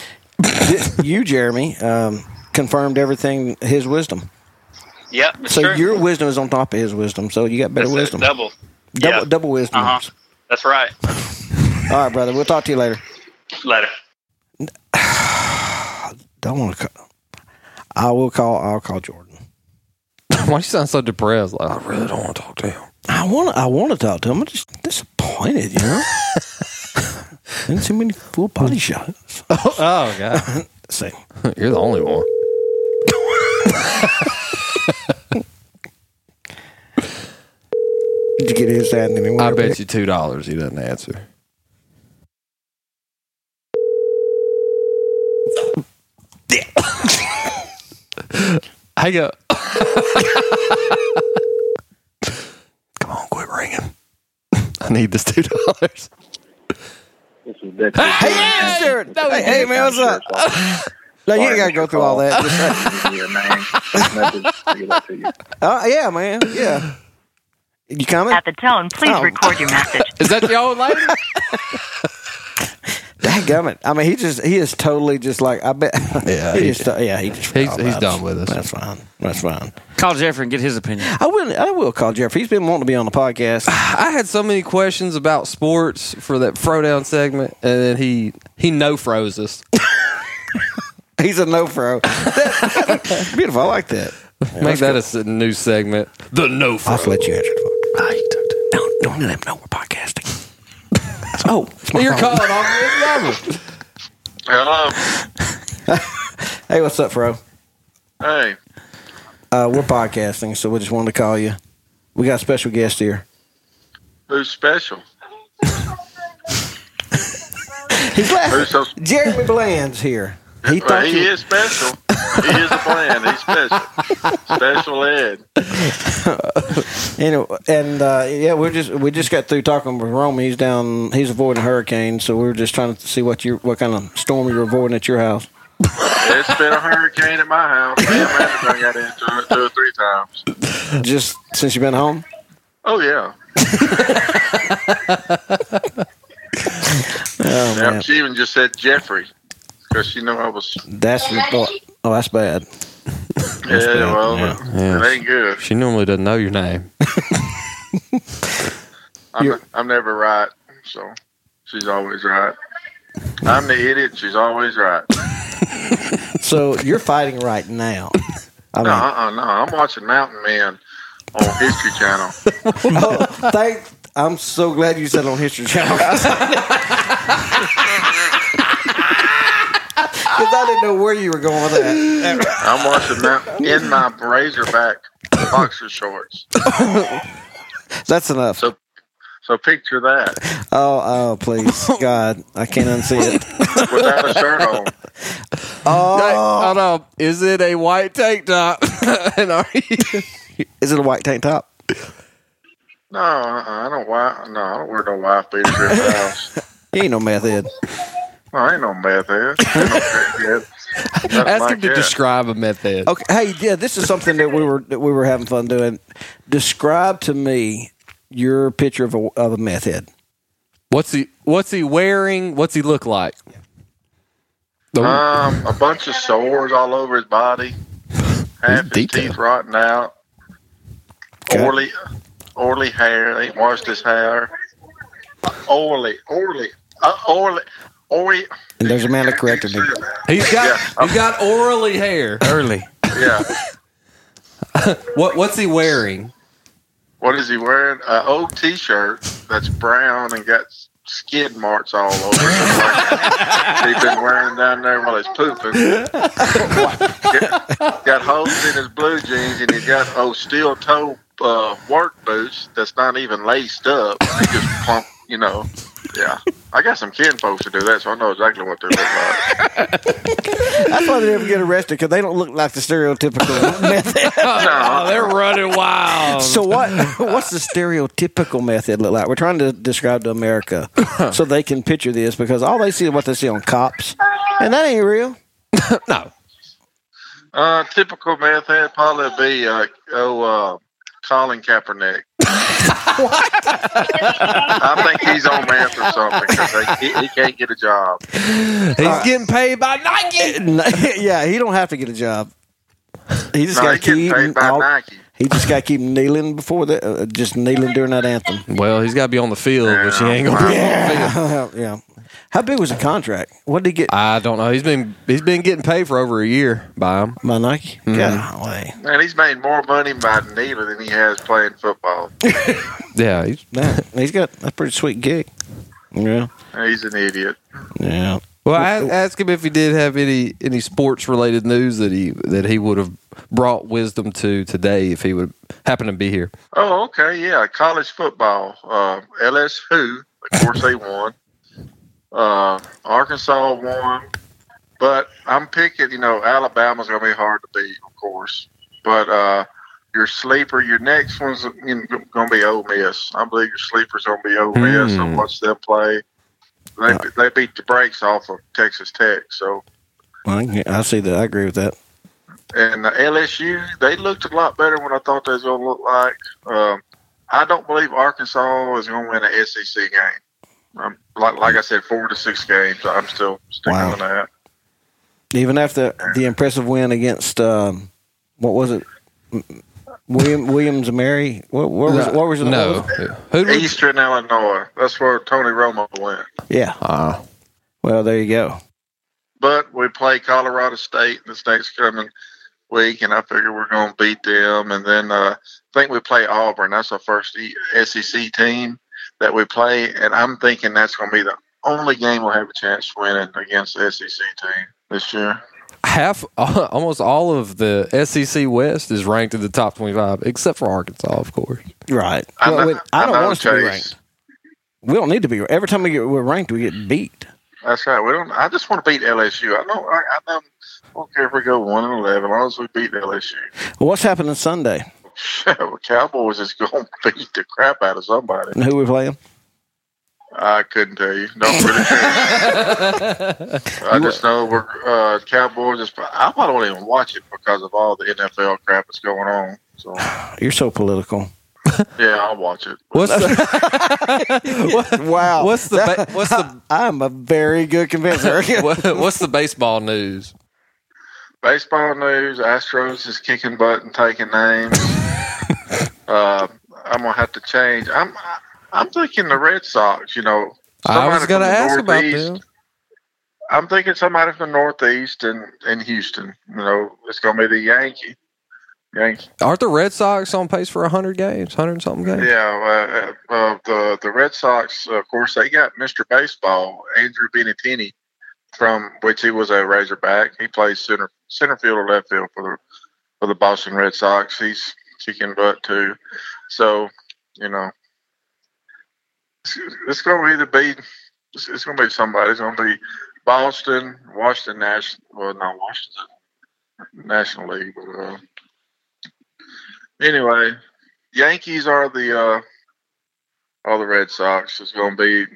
you, Jeremy, um, confirmed everything. His wisdom.
Yep. it's
So
true.
your wisdom is on top of his wisdom. So you got better
That's it,
wisdom.
Double.
double,
Yeah.
double wisdom.
Uh-huh. That's right.
All right, brother. We'll talk to you later.
Later.
Don't want to call. I will call. I'll call Jordan.
Why you sound so depressed? Like I really don't want to talk to him.
I want. to I want to talk to him. I'm just disappointed. You know. Didn't see many full body shots.
Oh god,
See.
you're the only one.
Did you get his ad anywhere?
I bet you two dollars he doesn't answer. I go. Come on, quit ringing. I need this two dollars.
Hey, hey, Jared. hey, hey, man, what's up? No, you ain't got to go through all that. Just, uh, yeah, man. Yeah. You coming?
At the tone, please
Oh.
record your message.
Is that the old lady?
Dadgummit. I mean, he just, he is totally just like, I bet.
Yeah,
he
Uh, he-
just, yeah, he just.
He's-
oh,
he's
that's-
done with us.
That's fine. That's fine.
Call Jeffrey and get his opinion.
I will, I will call Jeff. He's been wanting to be on the podcast.
I had so many questions about sports for that throwdown segment, and then he he no froze us.
He's a no fro. Beautiful. I like that.
Make that a s- new segment. The no fro.
I'll just let you answer the phone. No, don't let him know we're podcasting. oh, it's my
You're
phone.
calling off his number.
Hello.
Hey, Hey, what's up, Fro?
Hey,
Uh, we're podcasting, so we just wanted to call you. We got a special guest here.
who's special?
He's laughing.
Who's so?
Jeremy Bland's here. He
Well,
thought
he
you,
is special. He is a plan. He's special. Special Ed.
anyway, and uh, yeah, we're just we just got through talking with Rome. He's down. He's avoiding hurricanes, so we were just trying to see what you what kind of storm you're avoiding at your house.
It's been a hurricane at my house. Me and Amanda got into it two or three times.
Just since you've been home.
Oh yeah.
Oh
Now,
man,
She even just said Jeffrey because she knew I was.
that's your oh, oh, that's bad.
Yeah, well,
Yeah.
it ain't good.
She normally doesn't know your name.
I'm,
You're-
I'm never right, so she's always right. I'm the idiot. She's always right.
So you're fighting right now. I mean,
No, uh-uh, no. I'm watching Mountain Man on History Channel.
oh, thank. I'm so glad you said on History Channel. Because I didn't know where you were going with that.
I'm watching Mountain in my Razorback boxer shorts.
That's enough.
So, so picture that
Oh, oh, please, God, I can't unsee it.
without a shirt on.
Hey,
Oh,
hold on. Is it a white tank top? and are you?
is it a white tank top?
No, uh-uh, I don't. Why? No, I don't wear no wife beaters at the house.
He ain't no meth head.
No, I ain't no meth head. Ain't no crack head. Nothing
Ask
like
him to
that.
describe a method.
Okay, hey, yeah, this is something that we were that we were having fun doing. Describe to me your picture of a of a meth head.
What's he? What's he wearing? What's he look like? The-
Um, a bunch of sores all over his body. Half his
Detail.
teeth rotten out.
Okay.
Oily, oily hair. They ain't washed his hair. Oily, oily, uh, oily, oily.
And there's a man that corrected me.
he's got
yeah.
he's got orally hair.
Early.
Yeah.
What what's he wearing?
What is he wearing? An old T-shirt that's brown and got s- skid marks all over it. He's been wearing down there while he's pooping. got, got holes in his blue jeans and he's got old steel toe uh, work boots that's not even laced up. He just plump, you know. Yeah, I got some kin folks to do that, so I know exactly what they look like.
That's why they never get arrested because they don't look like the stereotypical meth head.
No,
They're running wild.
So what? What's the stereotypical method look like? We're trying to describe to America so they can picture this because all they see is what they see on cops, and that ain't real.
no.
uh, typical meth head probably be uh, oh uh, Colin Kaepernick. I think he's on meth or something because he, he can't get a job.
He's getting paid by Nike.
Uh, yeah, he don't have to get a job. He just
No,
got
he
to keep
gets paid by
all-
Nike.
he just got to keep kneeling before that, uh, just kneeling during that anthem.
Well, he's got to be on the field, which he ain't gonna be.
yeah. How big was the contract? What did he get?
I don't know. He's been he's been getting paid for over a year by him. Mm-hmm.
My Nike. Golly.
Man, he's made more money by kneeling than he has playing football.
Yeah, he's,
Yeah, he's got a pretty sweet gig. Yeah.
He's an idiot.
Yeah.
Well, I ask him if he did have any any sports related news that he that he would have brought wisdom to today if he would happen to be here.
Oh, okay, yeah, college football. Uh, LSU, of course, they won. Uh, Arkansas won, but I'm picking. You know, Alabama's gonna be hard to beat, of course. But uh, your sleeper, your next one's you know, gonna be Ole Miss. I believe your sleeper's gonna be Ole Miss. I watched them play. They they beat the brakes off of Texas Tech. So
Well, I, I see that. I agree with that.
and the LSU, they looked a lot better when I thought they was going to look like. Um, I don't believe Arkansas is going to win an SEC game. Um, like, like I said, four to six games. I'm still sticking
Wow.
on that.
Even after the impressive win against um, what was it? M- William Williams and Mary. What, what was what was the
no? Who did we-
Eastern Illinois. That's where Tony Romo went.
Yeah.
Ah.
Well, there you go.
But we play Colorado State this next coming week, and I figure we're going to beat them. And then uh, I think we play Auburn. That's our first e- SEC team that we play, and I'm thinking that's going to be the only game we'll have a chance winning against the SEC team E this year.
half, almost all of the SEC West is ranked in the top twenty-five, except for Arkansas, of course.
Right.
I
Well,
know-
we- I don't
know,
want us to be
Chase.
ranked. We don't need to be. Every time we get we're ranked, we get beat.
That's right. We don't. I just want to beat LSU. I don't. I, I don't, I don't care if we go one and eleven. As long as we beat LSU,
Well, what's happening Sunday?
the Cowboys is going to beat the crap out of somebody.
And who we playing?
I couldn't tell you. Don't really. care. I just know we're uh, Cowboys. Is, I probably won't even watch it because of all the NFL crap that's going on. So
You're so political.
yeah, I'll watch it.
What's the,
Wow.
what's the ba- what's the
I'm a very good convincer.
what, what's the baseball news?
Baseball news: Astros is kicking butt and taking names. uh, I'm gonna have to change. I'm I- I'm thinking the Red Sox. You know,
I was
somebody
going to
from the
ask about
Northeast-
them.
I'm thinking somebody from the Northeast and in Houston. You know, it's gonna be the Yankee. Yankee.
Aren't the Red Sox on pace for hundred games, hundred something games?
Yeah, uh, uh, the the Red Sox, of course, they got Mr. Baseball, Andrew Benettini, from which he was a Razorback. He plays center center field or left field for the for the Boston Red Sox. He's kicking butt too. So, you know, it's, it's going to either be it's, it's going to be somebody. It's going to be Boston, Washington National, well, not Washington National League. But, uh, anyway, Yankees are the uh, are the Red Sox. It's going to be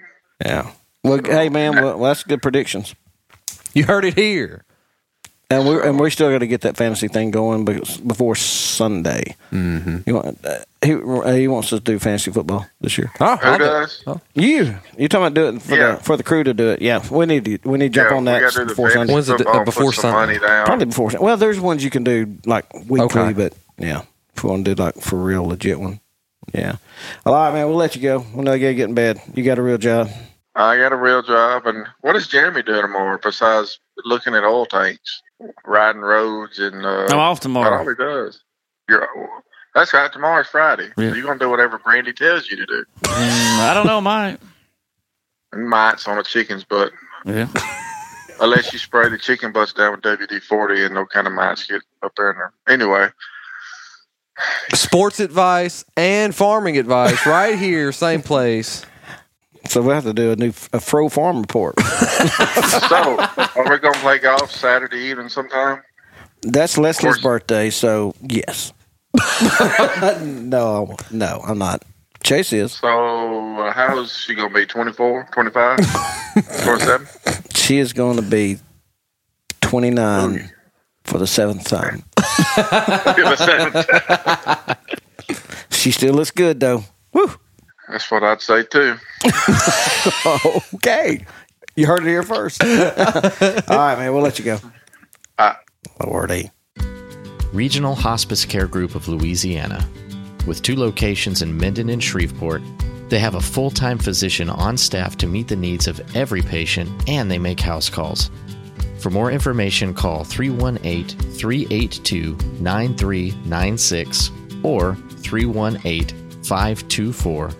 yeah. Well, hey man, well, that's good predictions.
You heard it here.
And we're and we're still got to get that fantasy thing going because before Sunday. Mm-hmm. You want, uh, he uh, he wants us to do fantasy football this year.
Oh,
who
I'll do-
does?
You you talking about doing it for
Yeah.
the for the crew to do it? Yeah, we need to we need to jump
Yeah,
on
we
that
gotta do the
before
fantasy
Sunday.
When's the d-
football,
before
put some
Sunday?
money down.
Probably before. Well, there's ones you can do like weekly,
Okay.
but yeah, if we want to do like for real legit one, yeah. All right, man, we'll let you go. We know you gotta get in bed. You got a real job.
I got a real job, and what is Jeremy doing tomorrow besides looking at oil tanks, riding roads, and uh,
I'm off
that
tomorrow.
all he does? You're, that's right. Tomorrow's Friday.
Yeah.
So you're gonna do whatever Brandy tells you to do.
Mm, I don't know, mate.
And mites on a chicken's butt,
Yeah.
unless you spray the chicken butts down with WD forty, and no kind of mites get up there in there. Anyway,
sports advice and farming advice right here, same place.
So we'll have to do a new a fro farm report.
so are we gonna play golf Saturday evening sometime?
That's Leslie's
course.
birthday, so yes. no, no, I'm not. Chase is.
So uh, how's she gonna be? 24, 25, 27?
She is going to be 29 for the seventh time. She still looks good though. Woo.
That's what I'd say too.
Okay. You heard it here first. All right, man. We'll let you go.
Uh,
Lordy.
Regional Hospice Care Group of Louisiana. With two locations in Minden and Shreveport, they have a full time physician on staff to meet the needs of every patient and they make house calls. For more information, call 318 382 9396 or 318 524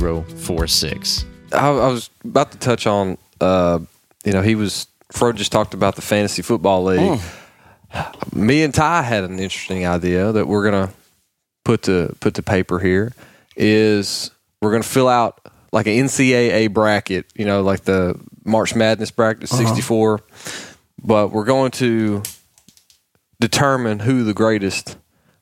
1046.
I, I was about to touch on, uh, you know, he was Fro just talked about the fantasy football league. Me and Ty had an interesting idea that we're gonna put to put to paper here. Is we're gonna fill out like an NCAA bracket, you know, like the March Madness bracket, 64 But we're going to determine who the greatest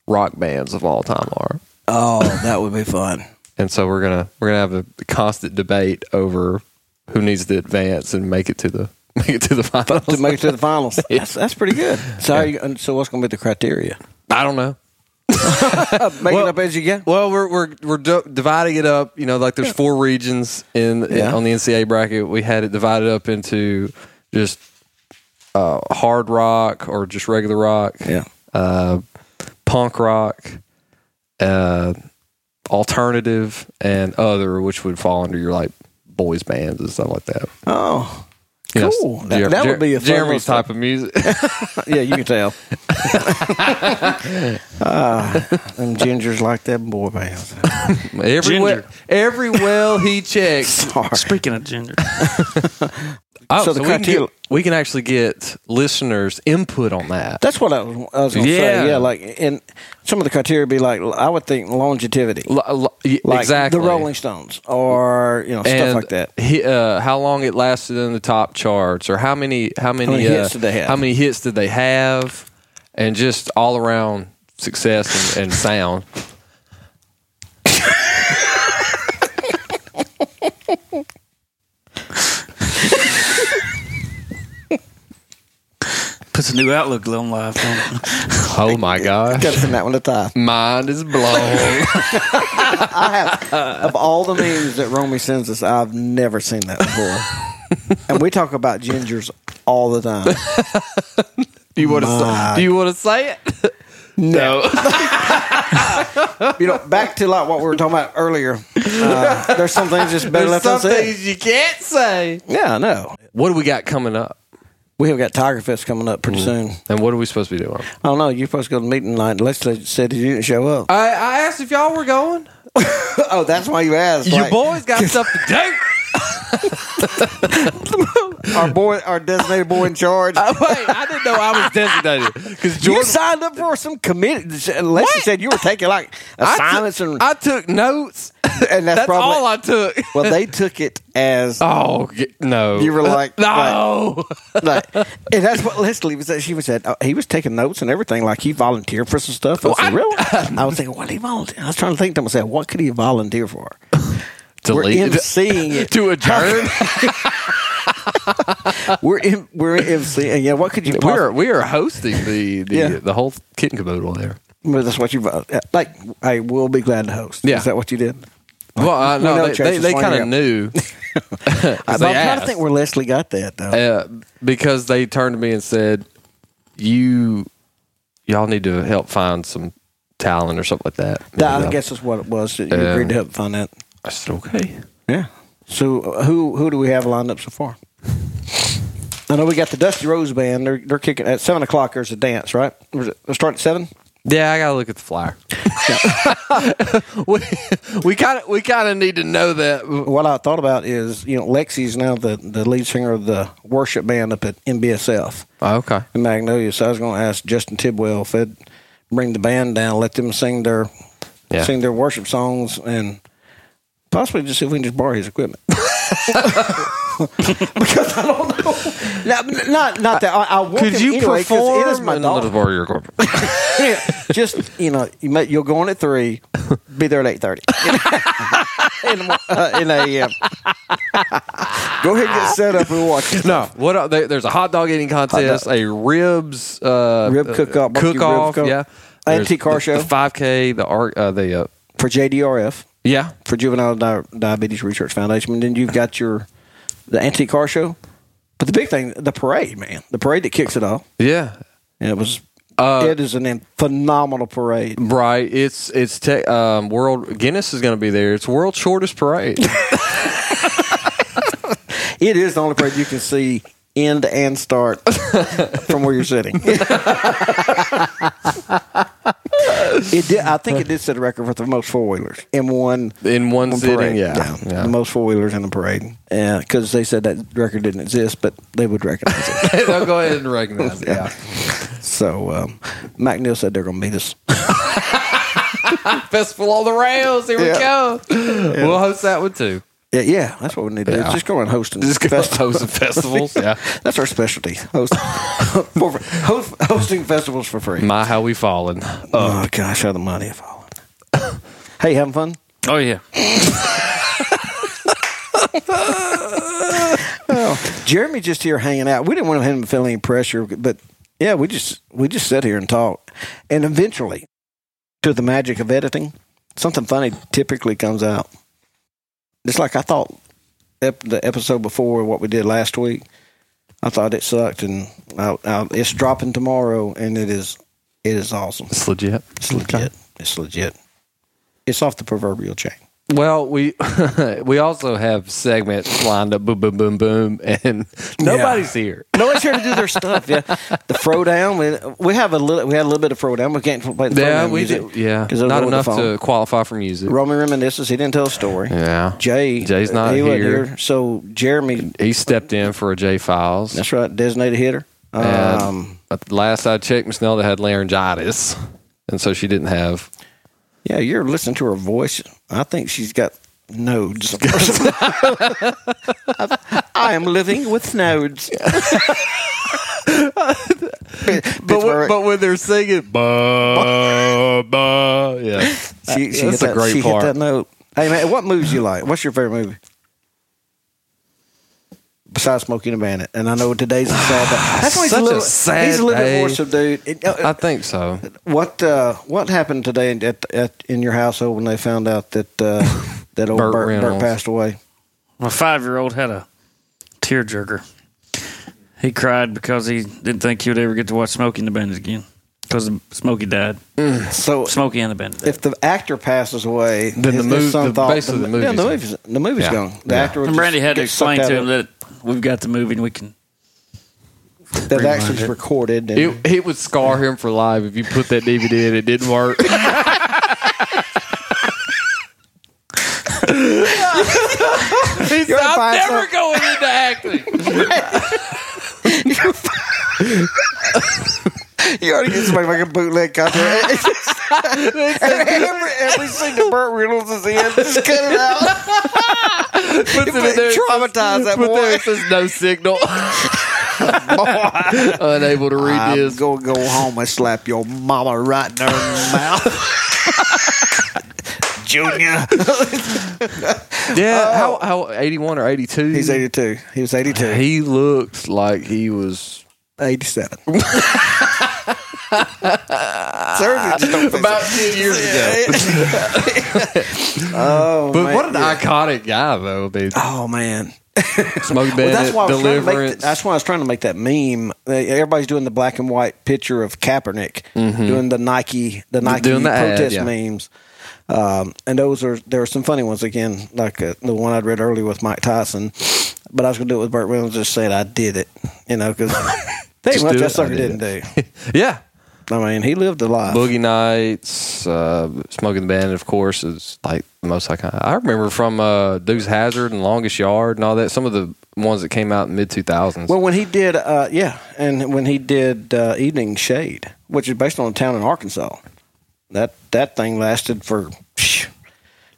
rock bands of all time are.
Oh, that would be fun.
and so we're gonna we're gonna have a constant debate over who needs to advance and make it to the make it to the
to
finals.
make it to the finals. That's, that's pretty good. So, how you, and so what's going to be the criteria?
I don't know.
Make it up as you go.
Well, we're we're we're d- dividing it up. You know, like there's four regions in, in-
Yeah.
on the NCAA bracket. We had it divided up into just uh, hard rock or just regular rock,
Yeah.
uh, punk rock, uh, alternative, and other, which would fall under your like boys bands and stuff like that.
Oh,
You know,
Cool. That- that would be a fun
Jeremy's
little-
type of music.
yeah. You can tell. Ah, them gingers like them boy bands.
every, well,
Ginger.
every well he checks.
Speaking of ginger,
Oh,
so
so,
the
we, can
criteria.
get, we can actually get listeners' input on that.
that's what I was, I was going to
Yeah.
say. Yeah, like and some of the criteria would be like I would think longevity,
L- l- y-
like
exactly.
the Rolling Stones, or you know stuff
And
like that.
hi- uh, how long it lasted in the top charts, or how many how many,
many
uh,
hits did they have?
How many hits did they have, and just all around success and, and sound.
Puts a new outlook on life. don't it?
Oh my gosh,
Got to send that one to Ty.
mind is blown.
Of all the memes that Romy sends us, I've never seen that before. and we talk about gingers all the time.
do you want to do you want to say it? No.
You know, back to like what we were talking about earlier. Uh, there's some things just better
There's
left
some
unsaid.
things you can't say.
Yeah, I know.
What do we got coming up? Hmm.
We have got Tiger Fest coming up pretty soon.
And what are we supposed to be doing?
I don't know. You're supposed to go to the meeting tonight. Leslie said you didn't show up.
I, I asked if y'all were going.
oh, that's why you asked.
Your
like,
boys got stuff to do.
Our boy, our designated boy in charge.
Oh, wait, I didn't know I was designated because
you
Jordan.
signed up for some committee. Leslie said you were taking like
I
assignments
took,
and,
I took notes.
and that's,
That's
probably.
all I took.
well, they took it as
Oh g- no! Uh,
You were like-
no.
like, and that's what Leslie was. She was said uh, he was taking notes and everything. Like he volunteered for some stuff. I was like, really? I was thinking, what did he volunteer? I was trying to think to myself, what could he volunteer for? We're emceeing it.
to adjourn.
We're in, we're emceeing. Yeah, what could you?
we
Possibly,
are we are hosting the the,
Yeah.
the whole kit and caboodle there.
well, that's what you vol- uh, like. I will be glad to host.
Yeah.
is that what you did?
Well, I
know
know they,
Chase
they,
is
they
lining
kind
up.
of knew
I, but
they
I'm trying
asked.
to think where Leslie got that though.
uh, because they turned to me and said, "You, y'all need to help find some talent or something like that."
That,
And,
I
uh,
guess that's what it was. That you agreed to help find that.
I said, "Okay."
Yeah. So uh, who who do we have lined up so far? I know we got the Dusty Rose band. They're they're kicking at seven o'clock. There's a dance, right? Or is it- Let's start at seven.
Yeah, I gotta look at the flyer. we we kind of we kind of need to know that.
What I thought about is you know Lexi's now the the lead singer of the worship band up at MBSF
Oh, Okay.
in Magnolia. So I was going to ask Justin Tidwell if they'd bring the band down, let them sing their
Yeah.
sing their worship songs, and possibly just see if we can just borrow his equipment. because I don't know. Not not, not that I, I want
Could
him
you
anyway, 'cause
perform?
It is my
in the
dog.
Little Warrior Group?
just you know, you may, you'll go on at three, be there at eight thirty. in, the mor- uh, in a.m. go ahead and get set up and watch. it.
No, what are they, there's a hot dog eating contest, a ribs uh,
Rib cook-off, barbecue rib
cook off,
cook-
yeah,
Antique car show.
five k, the art, uh, the uh,
for JDRF
yeah,
for Juvenile Di- Diabetes Research Foundation, and then you've got your the antique car show. But the big thing, the parade, man, the parade that kicks it off.
yeah, Uh,
And it was it is an in- phenomenal parade.
right. It's it's te- um, world Guinness is going to be there. It's world's shortest parade.
It is the only parade you can see end and start from where you're sitting. it did. I think it did set a record for the most four wheelers in one.
In one sitting,
parade.
yeah, yeah.
the most four wheelers in a parade. Yeah, because they said that record didn't exist, but they would recognize it.
They'll go ahead and recognize it. Yeah,
So um, Mike Neal said they're going to beat us.
festival on the rails. Here
Yeah.
we go. We'll host that one too.
yeah, yeah, that's what we need to do.
Yeah.
Just go and host and
Just go
fest-
host some festivals. yeah,
That's our specialty. Host, for, host, hosting festivals for free.
my how we Uh, fallen.
Oh gosh, how the money have fallen. hey, having fun?
Oh yeah.
Jeremy just here hanging out. We didn't want him to feel any pressure, but yeah, we just we just sat here and talked, and eventually, to the magic of editing, something funny typically comes out. Just like I thought, ep- the episode before what we did last week, I thought it sucked, and I, I, it's dropping tomorrow, and it is it is awesome.
It's legit.
It's legit. It's legit. It's off the proverbial chain.
Well, we we also have segments lined up, boom, boom, boom, boom, and nobody's here.
No one's here to do their stuff. Yeah, the throw down. We, we have a little. We had a little bit of throw down. We can't play the
Yeah,
throwdown
we
music
do. Yeah,
'cause it was
not
over the
enough
phone.
to qualify for music.
Roman reminisces. He didn't tell a story.
Yeah,
Jay.
Jay's not
he wasn't
here.
So Jeremy.
he stepped in for a J Files.
That's right. Designated hitter.
And
Um,
at last I checked, Miss Nelda had laryngitis, and so she didn't have.
yeah, you're listening to her voice. I think she's got nodes. I am living with nodes.
But when, but when they're singing, bah, bah, yeah,
she, she
that's
hit
a
that,
great
she
part.
Hit that note. Hey man, what movies you like? What's your favorite movie? Besides Smoking a Bandit, and I know today's a sad day. That's why he's
Such
a
a
little,
sad
he's a little bit
day.
more subdued. It- uh,
I think so.
what uh, what happened today in, at, at, in your household when they found out that uh, that old
Burt
Burt, Burt
Reynolds.
passed away?
My five year old had a tear jerker. He cried because he didn't think he would ever get to watch Smokey and the Bandit again. Because Smokey died.
Mm,
So
Smokey and the Bandit. died.
if the actor passes away,
Then
his,
the
his
mov-
son
the-
thought
basically the
yeah, the
movie's-
movie's the movie's
Yeah.
gone. The
Yeah.
actor would
and
just
Brandy had to
get sucked
explain
out
to
of
him that we've got the movie and we can.
it, that action's recorded. And,
It, it would scar him for life if you put that DVD in. It didn't work. He's,
You're
I'm
fine,
never
son."
going into acting.
You already get somebody like a bootleg copy. every, every scene that Burt Reynolds is in, just cut it out.
Puts him in there.
Traumatize that
Put there,
boy.
it says no signal. Unable to read
I'm
this.
gonna go home and slap your mama right in her mouth. Junior.
Yeah, how, how 81 or 82?
Oh. He's 82. He was 82.
He looked like he was
87. Seriously, just don't fix
about 10 years ago.
it. Oh,
But
man.
what an
Yeah.
iconic guy, though. I mean,
Oh man.
Smokey
Well,
Bandit,
that's why I was trying to make
Deliverance.
that, that's why I was trying to make that meme. Uh, Everybody's doing the black and white picture of Kaepernick doing the Nike the Nike
Mm-hmm. doing the ad,
protest
yeah.
memes. Um, and those are there are some funny ones again, like uh, the one I'd read earlier with Mike Tyson. But I was going to do it with Burt Reynolds. Just said I did it, you know, because
Just
what
do it,
that
I
sucker
did
didn't do.
yeah.
I mean, he lived a life.
Boogie Nights, uh, Smoking the Bandit, of course, is like the most iconic. I remember from uh, Deuce Hazard and Longest Yard and all that, some of the ones that came out in mid 2000s.
Well, when he did, uh, yeah, and when he did uh, Evening Shade, which is based on a town in Arkansas, that that thing lasted for phew,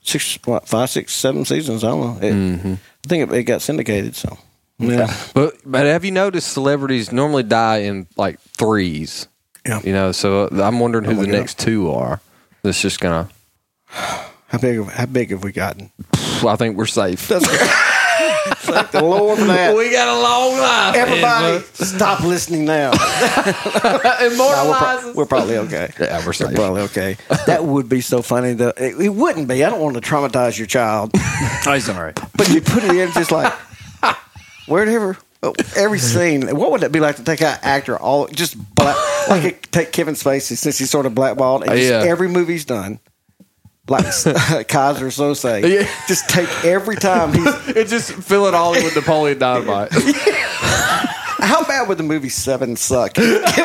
six, what, five, six, seven seasons. I don't know. It,
Mm-hmm.
I think it, it got syndicated. So, yeah,
But but have you noticed celebrities normally die in like threes?
Yeah. Oh
You know, so uh, I'm wondering who the
God.
next two are. That's just gonna.
how big? How big have we gotten?
I think we're safe.
Thank the Lord for that.
got a long life.
Everybody, stop listening now. No, we're, pro- we're probably okay.
Yeah, we're safe.
Probably okay. That would be so funny though. It, it wouldn't be. I don't want to traumatize your child.
Oh, he's all right.
But you put it in just like wherever every scene. What would it be like to take out actor all just black, like it, take Kevin Spacey since he's sort of blackballed and just
Uh, Yeah.
every movie's done. Like Kaiser so say,
Yeah.
just take every time. He's,
It just fill it all in with Napoleon Dynamite.
how bad would the movie Seven suck? At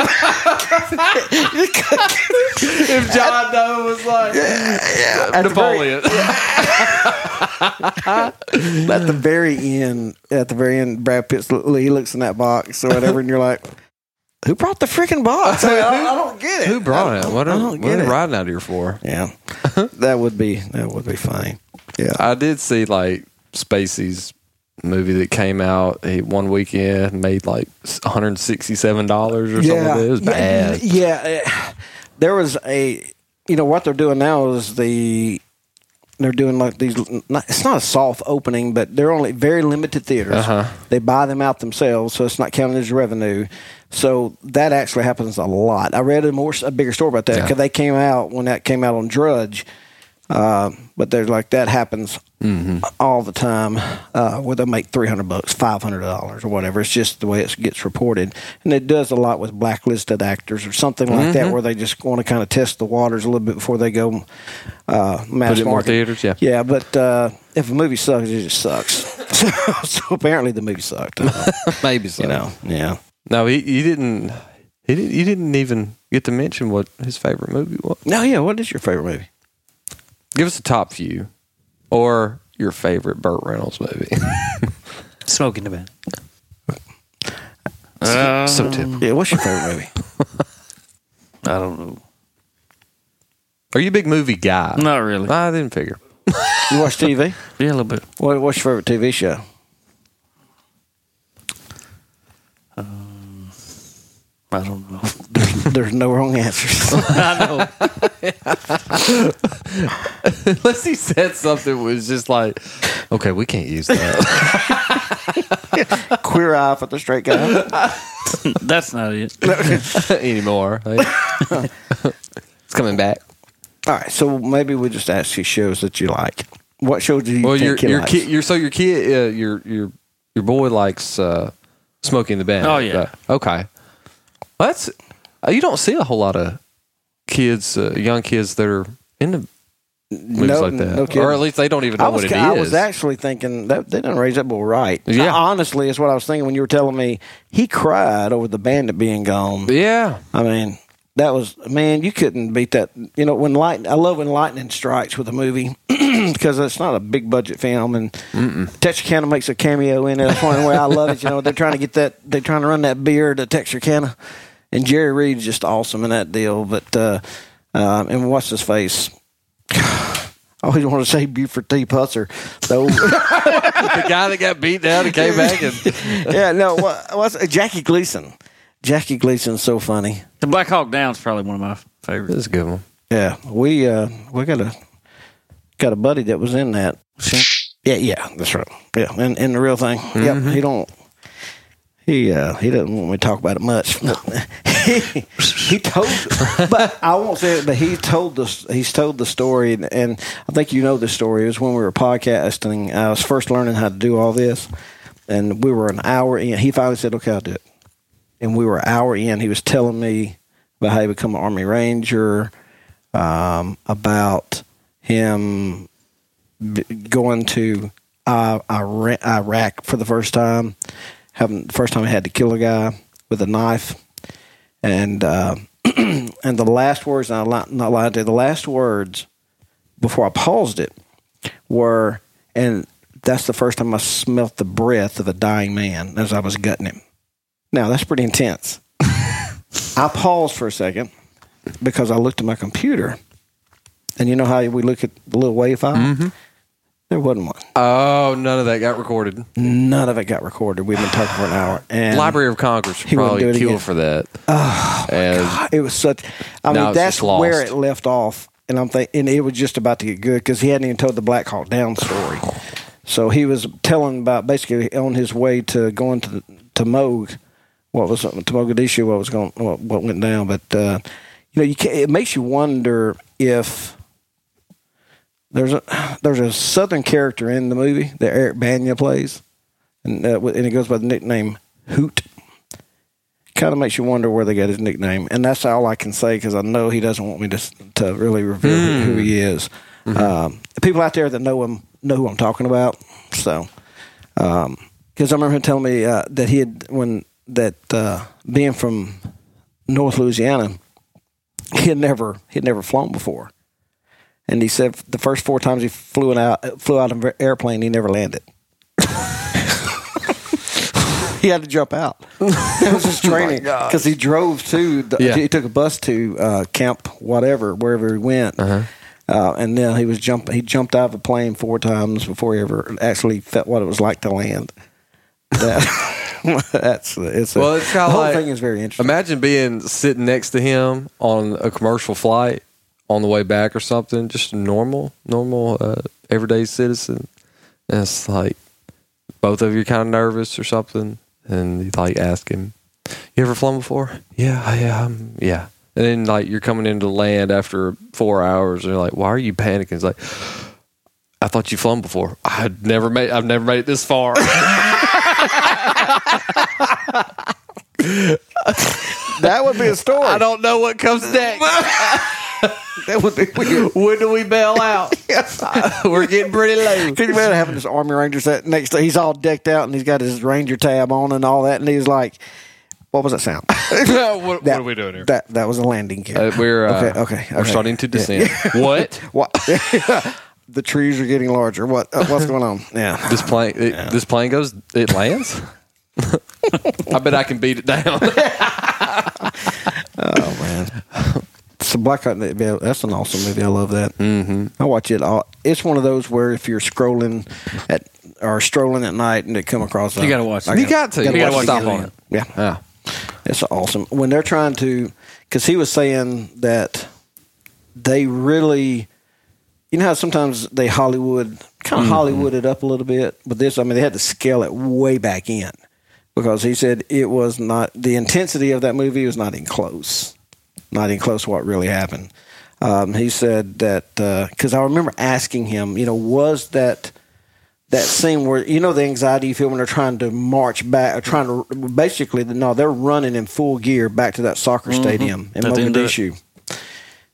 if John Doe was like
the very-
Napoleon,
at the very end, at the very end, Brad Pitt he looks in that box or whatever, and you're like, "Who brought the freaking box? I, mean, I don't, I don't get it.
who
I
brought it?
don't-
What
I
are,
don't
what
get
are
it.
you riding out here for?
Yeah, that would be that would be funny. Yeah,
I did see like Spacey's movie that came out he, one weekend made like $167 or something. like that. It was bad.
Yeah, yeah. there was a you know what they're doing now is the they're doing like these. Not, it's not a soft opening, but they're only very limited theaters.
Uh-huh.
They buy them out themselves, so it's not counted as revenue. So that actually happens a lot. I read a more a bigger story about that because they came out when that came out on Drudge. Uh, but there's like that happens
Mm-hmm.
all the time uh, where they make 300 bucks, $500 or whatever. It's just the way it gets reported. And it does a lot with blacklisted actors or something like
Mm-hmm.
that where they just want to kind of test the waters a little bit before they go uh, mass
Put it in more
market.
theaters, yeah.
Yeah, but uh, if a movie sucks, it just sucks. so, so apparently the movie sucked.
Maybe so.
you know, yeah.
No, he, he didn't. He didn't. You didn't even get to mention what his favorite movie was.
No, yeah. What is your favorite movie?
Give us a top few, or your favorite Burt Reynolds movie.
Smoking the bed.
so typical.
Yeah, what's your favorite movie?
I don't know.
Are you a big movie guy?
Not really.
I didn't figure.
You watch TV?
Yeah, a little bit.
What, what's your favorite TV show?
I don't know.
There's no wrong answers.
Unless he said something that was just like, okay, we can't use that.
Queer Eye for the Straight Guy.
That's not it.
anymore. Like, it's coming back.
All right, so maybe we just ask you shows that you like. What show do you
Well, your
think he
your
likes?
kid, your so your kid, uh, your your your boy likes uh, smoking the band.
Oh, yeah.
But- okay. Well, that's uh, you don't see a whole lot of kids, uh, young kids that are into movies
No-
like that,
no kidding.
or at least they don't even know
I was,
what it is.
I was actually thinking that they didn't raise that boy right.
Yeah.
I- honestly, is what I was thinking when you were telling me he cried over the bandit being gone.
yeah,
I mean, that was man, you couldn't beat that. You know, when lightning, I love when lightning strikes with a movie because it's not a big budget film, and Texarkana makes a cameo in it. That's one way I love it. You know, they're trying to get that, they're trying to run that beer to Texarkana, and Jerry Reed's just awesome in that deal. But uh, uh, and what's his face? I always want to say Buford T. Pusser. So,
the guy that got beat down and came back, and
yeah, no, what, what's uh, Jackie Gleason? Jackie Gleason's so funny.
The Black Hawk Down's probably one of my favorites.
that's a good one.
Yeah, we uh we got a got a buddy that was in that. Yeah, yeah, that's right. Yeah, and and the real thing. Yep, he don't. He uh he doesn't want me to talk about it much. he, he told, but I won't say it. But he told us he's told the story, and, and I think you know the story. It was when we were podcasting. I was first learning how to do all this, and we were an hour in. He finally said, "Okay, I'll do it." and we were an hour in. He was telling me about how he become an Army Ranger, um, about him b- going to uh, Ira- Iraq for the first time, having the first time he had to kill a guy with a knife, and uh, and the last words, and I li- not lied to you, the last words before I paused it were, and that's the first time I smelt the breath of a dying man as I was gutting him. Now that's pretty intense. I paused for a second because I looked at my computer, and you know how we look at the little wave file.
Mm-hmm.
There wasn't one.
Oh, none of that got recorded.
None of it got recorded. We've been talking for an hour. And
Library of Congress should
He wouldn't do
probably
it
kill
again.
for that. Oh,
It was such. I
No,
mean,
it's
that's
just lost.
where it left off, and I'm thinking it was just about to get good because he hadn't even told the Black Hawk Down story. So he was telling about basically on his way to going to to Moog, what was to Mogadishu, what was going, what, what went down. But uh, you know, you can, it makes you wonder if there's a there's a southern character in the movie that Eric Bana plays, and uh, and he goes by the nickname Hoot kind of makes you wonder where they got his nickname, and that's all I can say because I know he doesn't want me to to really reveal who he is. Um, the people out there that know him know who I'm talking about. So, because I remember him telling me uh, that he had when that uh, being from North Louisiana, he had never he had never flown before, and he said the first four times he flew an out flew out of an airplane, he never landed. he had to jump out. It was just training because he drove to the,
Yeah.
he took a bus to uh, camp whatever wherever he went.
Uh-huh.
uh and then he was jump. He jumped out of a plane four times before he ever actually felt what it was like to land. That, that's it's a,
Well, it's kinda
the whole
like-
thing is very interesting.
Imagine being sitting next to him on a commercial flight on the way back or something, just a normal, normal, uh, everyday citizen. And it's like both of you are kind of nervous or something. And you like ask him, You ever flown before? Yeah, I- yeah, um, yeah. And then like you're coming into land after four hours, and you're like, "Why are you panicking?" It's like, "I thought you flown before. I'd never made. I've never made it this far."
That would be a story.
I don't know what comes next.
that would be weird.
when do we bail out? We're getting pretty low.
Can you imagine having this Army Ranger set next to he's all decked out and he's got his Ranger tab on and all that and he's like what was that sound?
what,
That-
what are we doing here?
That that was a landing gear.
Uh, we're uh,
Okay, okay,
We're
okay.
starting to descend. What?
what the trees are getting larger. What uh, what's going on? Yeah.
This plane, it, this plane goes, it lands. I bet I can beat it down.
Oh man. So Black Hawk, that's an awesome movie. I love that. Mm-hmm. I watch it. All. It's one of those where if you're scrolling at or strolling at night and it come across,
You gotta watch it.
I
You got to. You gotta
watch
stop on it.
Yeah,
yeah.
It's awesome when they're trying to, because he was saying that they really, you know how sometimes they Hollywood kind of Hollywood it up a little bit, but this, I mean, they had to scale it way back in because he said it was not the intensity of that movie was not in close, not in close to what really happened. Um, he said that because I remember asking him, you know, was that that scene where you know the anxiety you feel when they're trying to march back, or trying to basically no, they're running in full gear back to that soccer stadium in
At Mm-hmm. the end of it.
Mogadishu.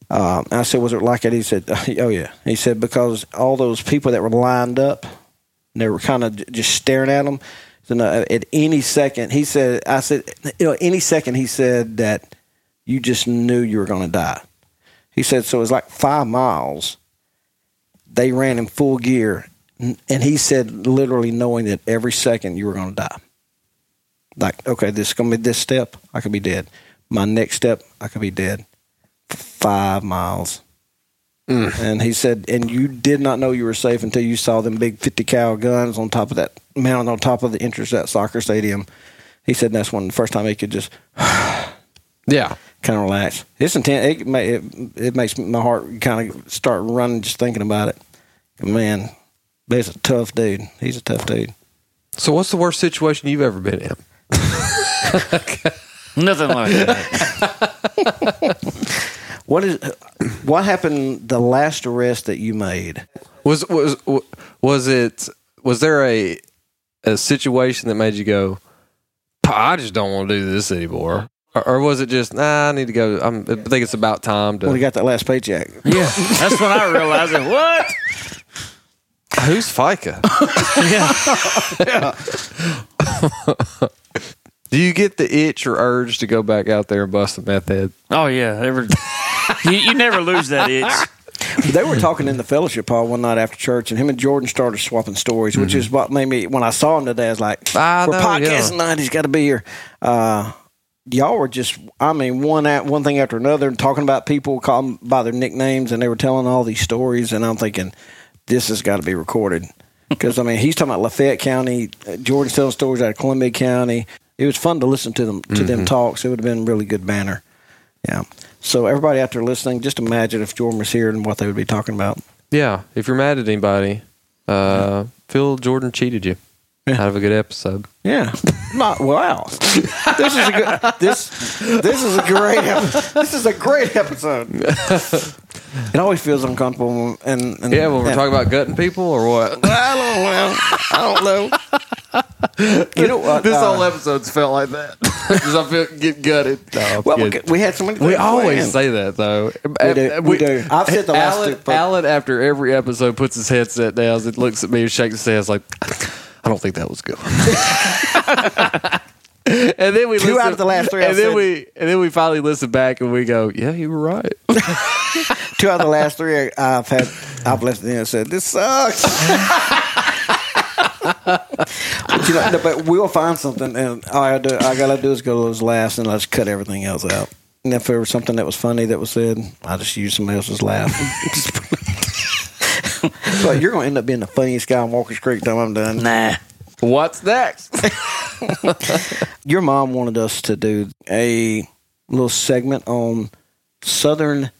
Um, I said, "Was it like it?" He said, "Oh yeah." He said because all those people that were lined up, and they were kind of j- just staring at him. So no, at any second, he said, "I said, you know, any second he said that you just knew you were going to die." He said, "So it was like five miles." They ran in full gear, n- and he said, literally knowing that every second you were going to die. Like, okay, this is going to be this step, I could be dead. My next step, I could be dead. Five miles.
Mm.
And he said, and you did not know you were safe until you saw them big 50 cal guns on top of that mountain, on top of the entrance to that soccer stadium. He said that's when the first time he could just
Yeah.
kind of relax. It's intense. It, ma- it, it makes my heart kind of start running just thinking about it. Man, that's a tough dude. He's a tough dude.
So what's the worst situation you've ever been in?
Nothing like that.
What is what happened the last arrest that you made?
Was was was it was there a a situation that made you go, I just don't want to do this anymore, or, or was it just nah? I need to go. I'm, I think it's about time to.
When you got that last paycheck?
yeah, that's when I realized it. What?
Who's FICA? Do you get the itch or urge to go back out there and bust a meth head?
Oh yeah, every, you, you never lose that itch.
they were talking in the fellowship hall one night after church, and him and Jordan started swapping stories, which is what made me when I saw him today. I was like,
Mm-hmm. I
"We're
know,
podcasting
yeah.
night. He's got to be here." Uh, y'all were just, I mean, one at one thing after another, and talking about people calling by their nicknames, and they were telling all these stories, and I'm thinking, this has got to be recorded because I mean, he's talking about Lafayette County. uh, Jordan's telling stories out of Columbia County. It was fun to listen to them to
Mm-hmm.
them talks. It would have been really good banner. Yeah. So everybody out there listening, just imagine if Jordan was here and what they would be talking about.
Yeah. If you're mad at anybody, uh, Phil Jordan cheated you out of a good episode.
Yeah. Not wow. this is a good, this this is a great ep- this is a great episode. it always feels uncomfortable when- and, and
Yeah, when we're
and-
talking about gutting people or what?
I don't know. I don't know. You know what?
this
uh,
whole episode's felt like that. Because I feel get gutted. No, I'm
well, we,
kidding.
c- we had so many.
We
things
always
planned.
say that though.
We do. We do. I've said the last
Alan,
two, but-
Alan after every episode puts his headset down and looks at me and shakes his head. like, I don't think that was good. and then we
Two out of the last three I
And then
said-
we and then we finally listen back and we go, yeah, you were right.
two out of the last three uh, I've had I've left in and said this sucks. but, you know, no, but we'll find something, and all I, do, all I gotta do is go to those laughs and let's cut everything else out. And if there was something that was funny that was said, I just use somebody else's laugh. but you're gonna end up being the funniest guy on Walker's Creek time I'm done.
Nah.
What's next?
Your mom wanted us to do a little segment on Southern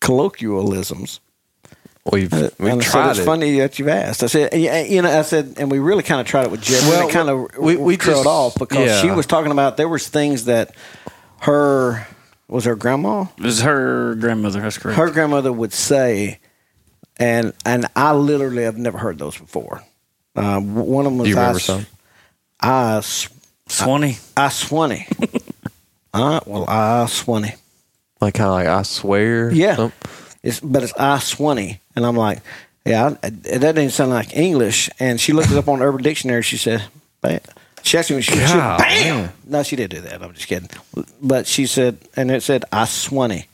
colloquialisms.
We've
Uh,
we
and I said,
tried
it's
it.
funny that you've asked. I said, and- and, you know, I said, and we really kind of tried it with Jeff.
Well,
and it kind of
we-
we,
we
trailed
just-
off because
yeah.
she was talking about there was things that her was her grandma.
This is her grandmother. That's correct.
Her grandmother would say, and and I literally have never heard those before. Uh, w- one of them was
Do you remember
I, s-
some?
I, s-
Swanee.
I swanny. uh, well, I swanny.
Like kind of like I swear. Oh.
Yeah.
some-
It's, but it's I Swanee. And I'm like, yeah, I, it- that didn't sound like English. And she looked it up on Urban Dictionary. She said, bam. She asked me, she, she,
God,
bam. No, she did do that. I'm just kidding. But she said, and it said, I Swanee.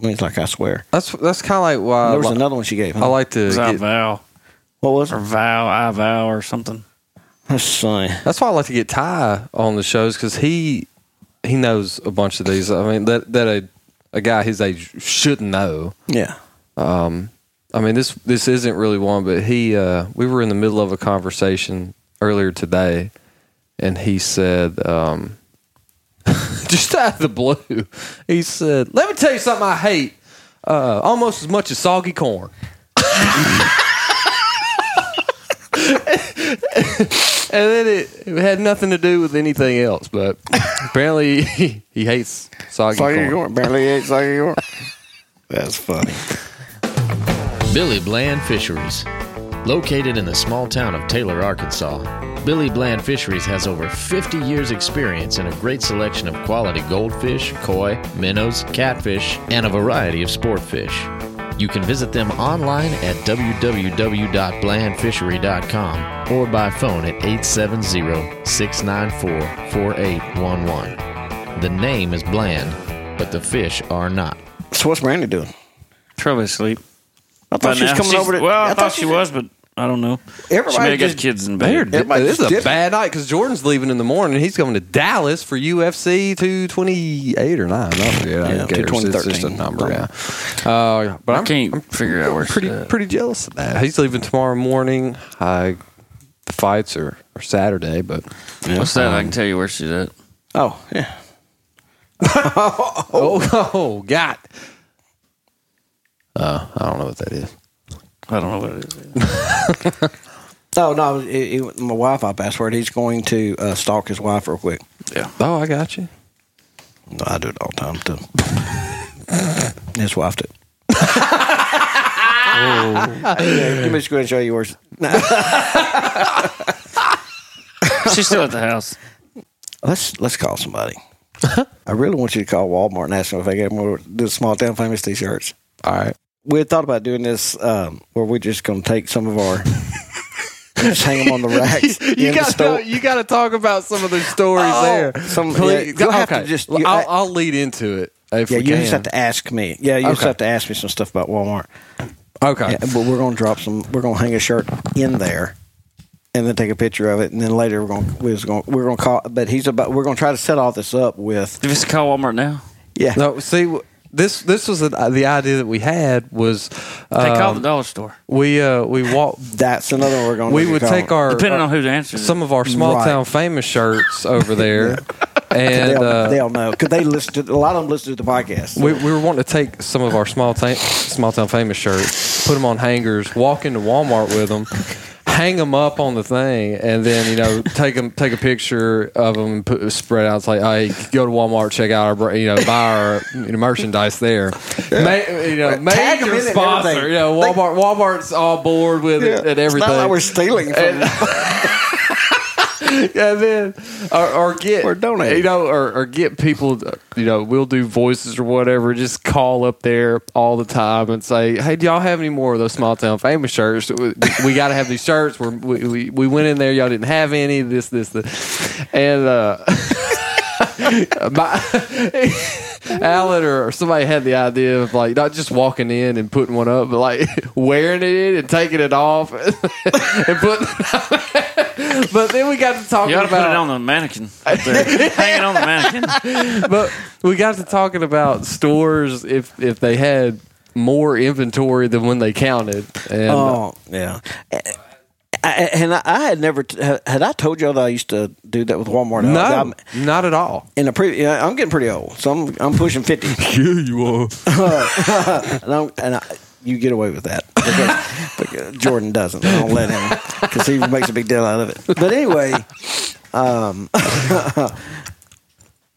Means like I swear.
That's that's kind of like why I,
There was
li-
another one she gave.
I
Huh?
like to.
Is I
Get,
vow
what was
or
it?
vow I vow or something?
That's funny.
that's why I like to get Ty on the shows because he he knows a bunch of these. I mean that that a a guy his age shouldn't know. Um,
Yeah.
I mean this this isn't really one, but he uh, we were in the middle of a conversation earlier today, and he said um, just out of the blue, he said, "Let me tell you something I hate uh, almost as much as soggy corn." And then it, it had nothing to do with anything else, but apparently he, he hates soggy corn.
Barely ate Soggy York. That's funny.
Billy Bland Fisheries. Located in the small town of Taylor, Arkansas, Billy Bland Fisheries has over 50 years' experience in a great selection of quality goldfish, koi, minnows, catfish, and a variety of sport fish. You can visit them online at www.blandfishery.com or by phone at 870 694 4811. The name is Bland, but the fish are not.
So what's Brandy doing?
Probably asleep.
I thought
But
she was
now
coming
she's-
over to.
Well, I, thought, she
she's-
was, but I don't know.
Everybody
she may have
just-
got kids in
They're
bed.
di-
Everybody's
this is a
different.
bad night because Jordan's leaving in the morning. He's going to Dallas for UFC 228 or 9. I forget. I
Yeah,
don't care. It's- It's just a
213.
number. Yeah. Uh, but
I
I'm,
can't figure out where
pretty
she's at.
pretty jealous of that. He's leaving tomorrow morning. I, the fights are, are Saturday, but Um,
What's that? I can tell you where she's at.
Oh yeah.
oh, oh God. Uh, I don't know what that is.
I don't know what it is.
Oh no, it, it, my Wi-Fi password. He's going to uh, stalk his wife real quick.
Oh, I got you.
No, I do it all the time too. his wife did.
Oh.
yeah, let me just go ahead and show you yours.
She's still at the house.
Let's let's call somebody. I really want you to call Walmart and ask them if they got more the small town famous T-shirts.
All right.
We had thought about doing this um, where we're just going to take some of our. Just hang them on the racks. in
you
the
got
store.
to you got to talk about some of the stories there.
Oh, some- yeah, you'll have to just- you-
I'll, I'll lead into it. uh, If
Yeah,
we
you
can.
just have to ask me. Yeah, you just
Okay.
have to ask me some stuff about Walmart.
Okay.
Yeah, but we're gonna drop some. We're gonna hang a shirt in there, and then take a picture of it, and then later we're gonna we're just gonna we're gonna call. But he's about. We're gonna try to set all this up with.
Did we just call Walmart now?
Yeah,
No, Oh, see, w- this this was the, the idea that we had was
They
um,
call the dollar store.
we uh, we walk
that's another one we're gonna.
we
look
would
at
take
calling.
our
Depending
our-
on who the answer is.
some of our small
Right.
town famous shirts over there, and
They'll,
uh,
they'll know because they listen to a lot of them listen to the podcast.
we, we were wanting to take some of our small town small town famous shirts, put them on hangers, walk into Walmart with them, hang them up on the thing, and then you know take 'em- take a picture of them and put, spread out. It's like, hey, go to Walmart, check out our br- you know buy our you know, merchandise there. Ma- you know,
Tag 'em
major
in and
sponsor.
everything.
You know, Walmart Walmart's all board with it and
It's
everything.
not like we're stealing from.
and then or, or get
Or donate.
you know or, or get people you know we'll do voices or whatever just call up there all the time and say hey do y'all have any more of those small town famous shirts we, we got to have these shirts We're, we, we we went in there y'all didn't have any this this this and uh my, Alan or somebody had the idea of like not just walking in and putting one up, but like wearing it and taking it off and putting. but then we got to
Oh,
talking
You ought to
about
put it on the mannequin. up there. Hang it on the mannequin.
but we got to talking about stores if if they had more inventory than when they counted. And uh,
Oh yeah. I, and I, I had never t- had I told y'all that I used to do that with Walmart.
no,
I'm,
not at all.
in a pre, yeah, I'm getting pretty old, so I'm I'm pushing fifty.
Yeah, you are.
and, I'm, and I, you get away with that because, because Jordan doesn't. I don't let him because he makes a big deal out of it. But anyway, um,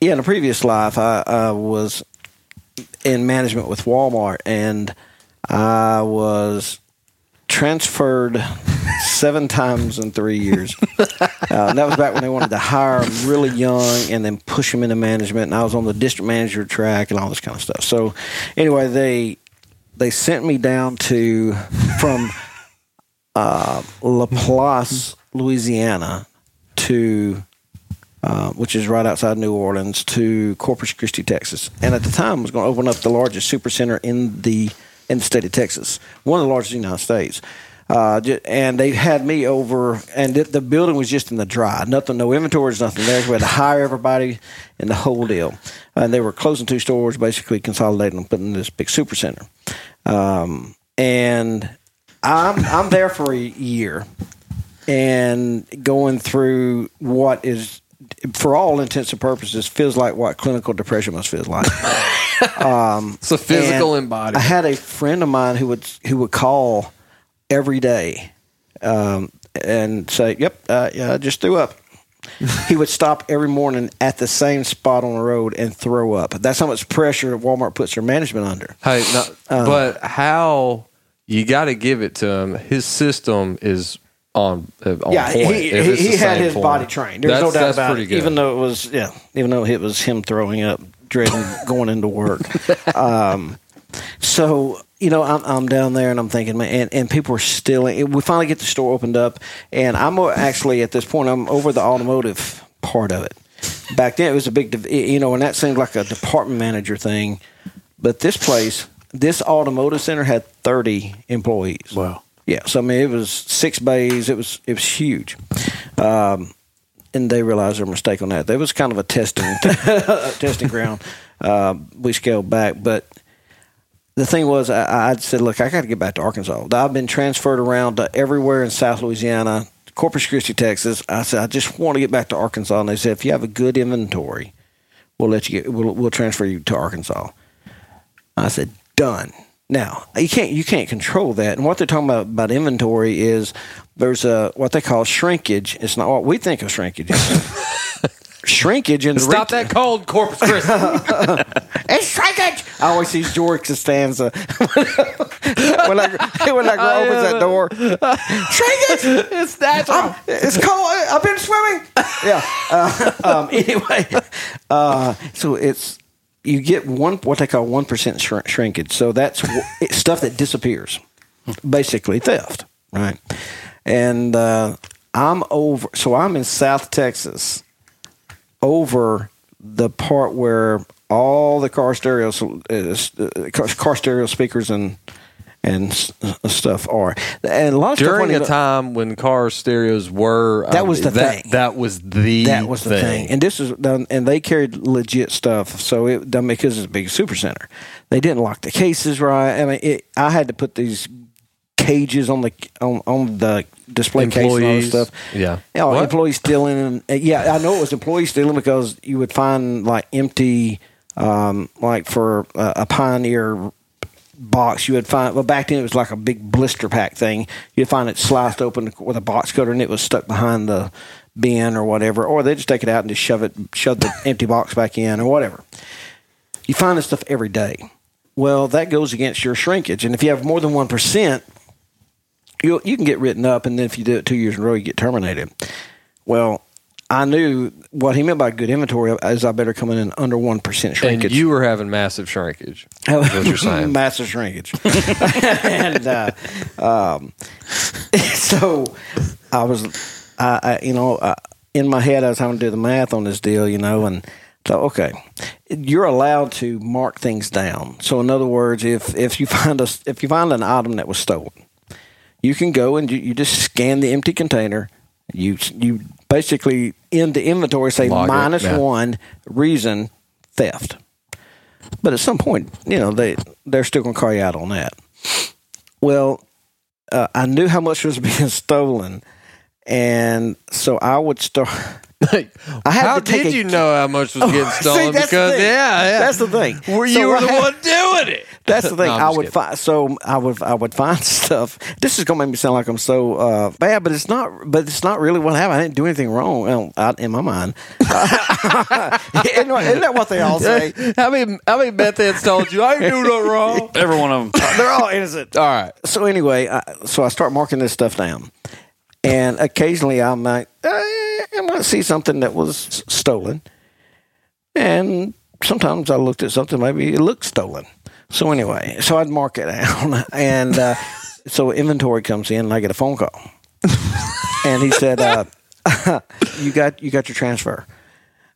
yeah, in a previous life, I, I was in management with Walmart, and I was transferred seven times in three years. Uh, and that was back when they wanted to hire 'em really young and then push them into management. And I was on the district manager track and all this kind of stuff. So, anyway, they they sent me down to from uh, Laplace, Louisiana, to uh, which is right outside New Orleans, to Corpus Christi, Texas, and at the time was going to open up the largest supercenter in the in the state of Texas, one of the largest in the United States. Uh, ju- and they had me over, and it, the building was just in the dry. Nothing, no inventories, nothing there. We had to hire everybody and the whole deal. And they were closing two stores, basically consolidating them, putting in this big supercenter. Um, and I'm I'm there for a year, and going through what is for all intents and purposes feels like what clinical depression must feel like Um,
It's a physical
and I
embodiment.
had a friend of mine who would who would call every day um, and say, "Yep, uh, yeah, I just threw up." he would stop every morning at the same spot on the road and throw up. That's how much pressure Walmart puts their management under.
Hey, no,
Uh.
but how you got to give it to him? His system is on. uh, on
yeah,
point,
he,
if
he,
it's
he
the
had
same
his
form.
body trained. There's
That's-
no doubt
that's
about
pretty
it.
good.
Even though it was, yeah, even though it was him throwing up, dreading going into work. Um, so you know, I'm, I'm down there and I'm thinking, man, and, and people are stealing. We finally get the store opened up, and I'm o- actually at this point, I'm over the automotive part of it. Back then, it was a big, div- you know, and that seemed like a department manager thing. But this place, this automotive center had 30 employees. Wow. Yeah. So I mean, it was six bays. It was it was huge. Um, and they realized their mistake on that. That was kind of a testing a testing ground. Uh, we scaled back, but the thing was, I, I said, look, I got to get back to Arkansas. I've been transferred around to everywhere in South Louisiana, Corpus Christi, Texas. I said, I just want to get back to Arkansas. And they said, if you have a good inventory, we'll let you get, we'll, we'll transfer you to Arkansas. I said, done. Now you can't you can't control that. And what they're talking about about inventory is there's a what they call shrinkage. It's not what we think of shrinkage. is. shrinkage in the
Stop
retail-
that cold, Corpus Christi.
it's shrinkage. I always see George Costanza when I when I go opens that door. Shrinkage. It's natural. it's cold. I've been swimming. Yeah. Uh, um, anyway, uh, so it's you get one what they call one percent shr- shrinkage. So that's wh- it's stuff that disappears, basically theft, right? And uh, I'm over. So I'm in South Texas over the part where all the car stereo uh, car- car stereo speakers and and s- uh, stuff are and a lot of stuff
During
wasn't
a
even-
time when car stereos were,
That
um,
was the
that,
thing.
That was the
that was the thing. and this is done and they carried legit stuff so it done because it's a big super center they didn't lock the cases right i mean it, i had to put these cages on the on, on the display case and all this
Employees.
stuff
Yeah.
you know,
What?
employee Oh, stealing and uh, yeah i know it was employee stealing because you would find like empty um like for uh, a pioneer box you would find well back then it was like a big blister pack thing you'd find it sliced open with a box cutter and it was stuck behind the bin or whatever or they just take it out and just shove it shove the empty box back in or whatever you find this stuff every day well that goes against your shrinkage and if you have more than 1% you you can get written up and then if you do it two years in a row you get terminated well i knew what he meant by good inventory is i better come in under 1% shrinkage
And you were having massive shrinkage.
Master
what you're saying.
Massive shrinkage. and uh, um, so I was, I, I you know, I, in my head I was having to do the math on this deal, you know, and so okay, you're allowed to mark things down. So in other words, if if you find us if you find an item that was stolen, you can go and you, you just scan the empty container. You you basically in the inventory say
Log it,
minus
yeah.
one reason theft. But at some point, you know, they they're still gonna call you out on that. Well, uh, I knew how much was being stolen, and so I would start. I had
How
to take
did
a-
you know how much was getting
See,
stolen?
that's the
because
thing.
yeah, yeah,
That's the thing.
Well,
So
you were
I
the
had-
one doing it.
That's the thing.
No, I'm
I
just
would
kidding.
find so I would I would find stuff. This is gonna make me sound like I'm so uh, bad, but it's not. But it's not really what happened. I didn't do anything wrong. Well, I, in my mind, isn't, that- isn't that what they all say?
How many how many meth heads told you I ain't doing nothing wrong? All
Every one of them.
They're all innocent.
right.
So anyway, I, so I start marking this stuff down, and occasionally I might eh, I might see something that was s- stolen, and sometimes I looked at something maybe it looked stolen. So anyway, so I'd mark it down, and uh, so inventory comes in, and I get a phone call, and he said, uh, "You got you got your transfer,"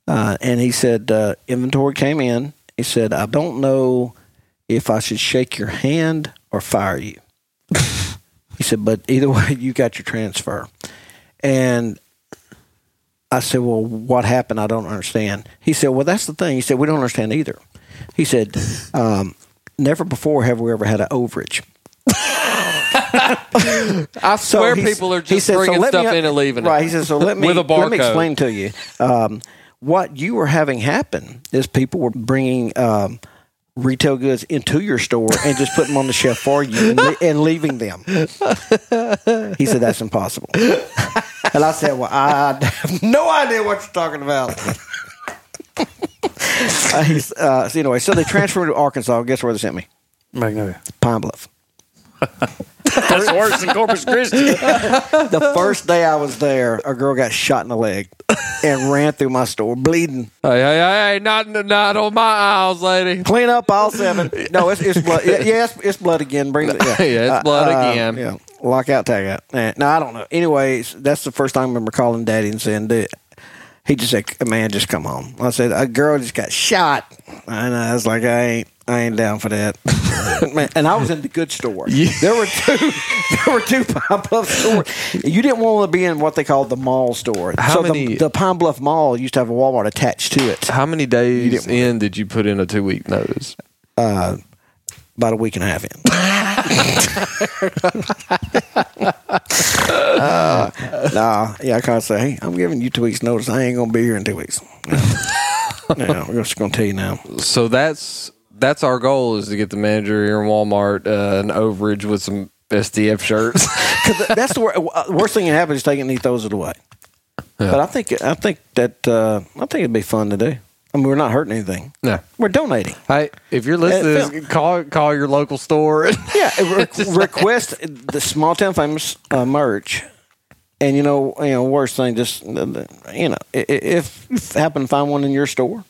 uh, and he said uh, inventory came in. He said, "I don't know." if I should shake your hand or fire you. he said, but either way, you got your transfer. And I said, well, what happened? I don't understand. He said, well, that's the thing. He said, we don't understand either. He said, um, never before have we ever had an overage.
I swear
he's-
people are
he
just
said, so
bringing
let me-
stuff in and leaving
Right.
it.
He says, so let me,
With a
let me
barcode.
explain to you. Um, what you were having happen is people were bringing um, retail goods into your store and just putting them on the shelf for you and, le- and leaving them. He said, that's impossible. Uh, and I said, well, I have no idea what you're talking about. Uh, he's- uh, so anyway, so they transferred to Arkansas. Guess where they sent me?
Magnolia.
Pine Bluff.
That's worse than Corpus Christi.
The first day I was there, a girl got shot in the leg and ran through my store bleeding.
Hey, hey, hey, hey, not not on my aisles, lady.
Clean up all seven. No, it's, it's blood. Yeah, yeah, it's, it's blood again. Bring it. Yeah,
Yeah, it's blood again.
uh, Yeah, lock out, tag out. Eh, No, I don't know. Anyways, that's the first time I remember calling Daddy and saying, "Dude," he just said, "Man, just come home." I said, "A girl just got shot," and I was like, "I ain't, I ain't down for that." Man, and I was in the good store. There were two, there were two Pine Bluff stores. You didn't want to be in what they called the mall store.
How
so
many-
The, the Pine Bluff Mall used to have a Walmart attached to it. Uh,
How many days in did you put in a two week notice?
About a week and a half in. Uh, Nah, yeah, I kind of say, hey, I'm giving you two weeks' notice. I ain't gonna be here in two weeks. No, no we're just gonna tell you now.
So that's that's our goal is to get the manager here in Walmart uh, an overage with some SDF shirts.
'Cause that's the wor- uh, worst thing that happens is taking and he throws it away. But I think I think that uh, I think it'd be fun to do. I mean, we're not hurting anything.
no.
We're donating.
Hey, if you're
Uh,
listening, to
Phil.
this, call call your local store.
Yeah, re- request the small town famous uh, merch, and you know, you know, worst thing, just uh, you know, i- i- if you happen to find one in your store,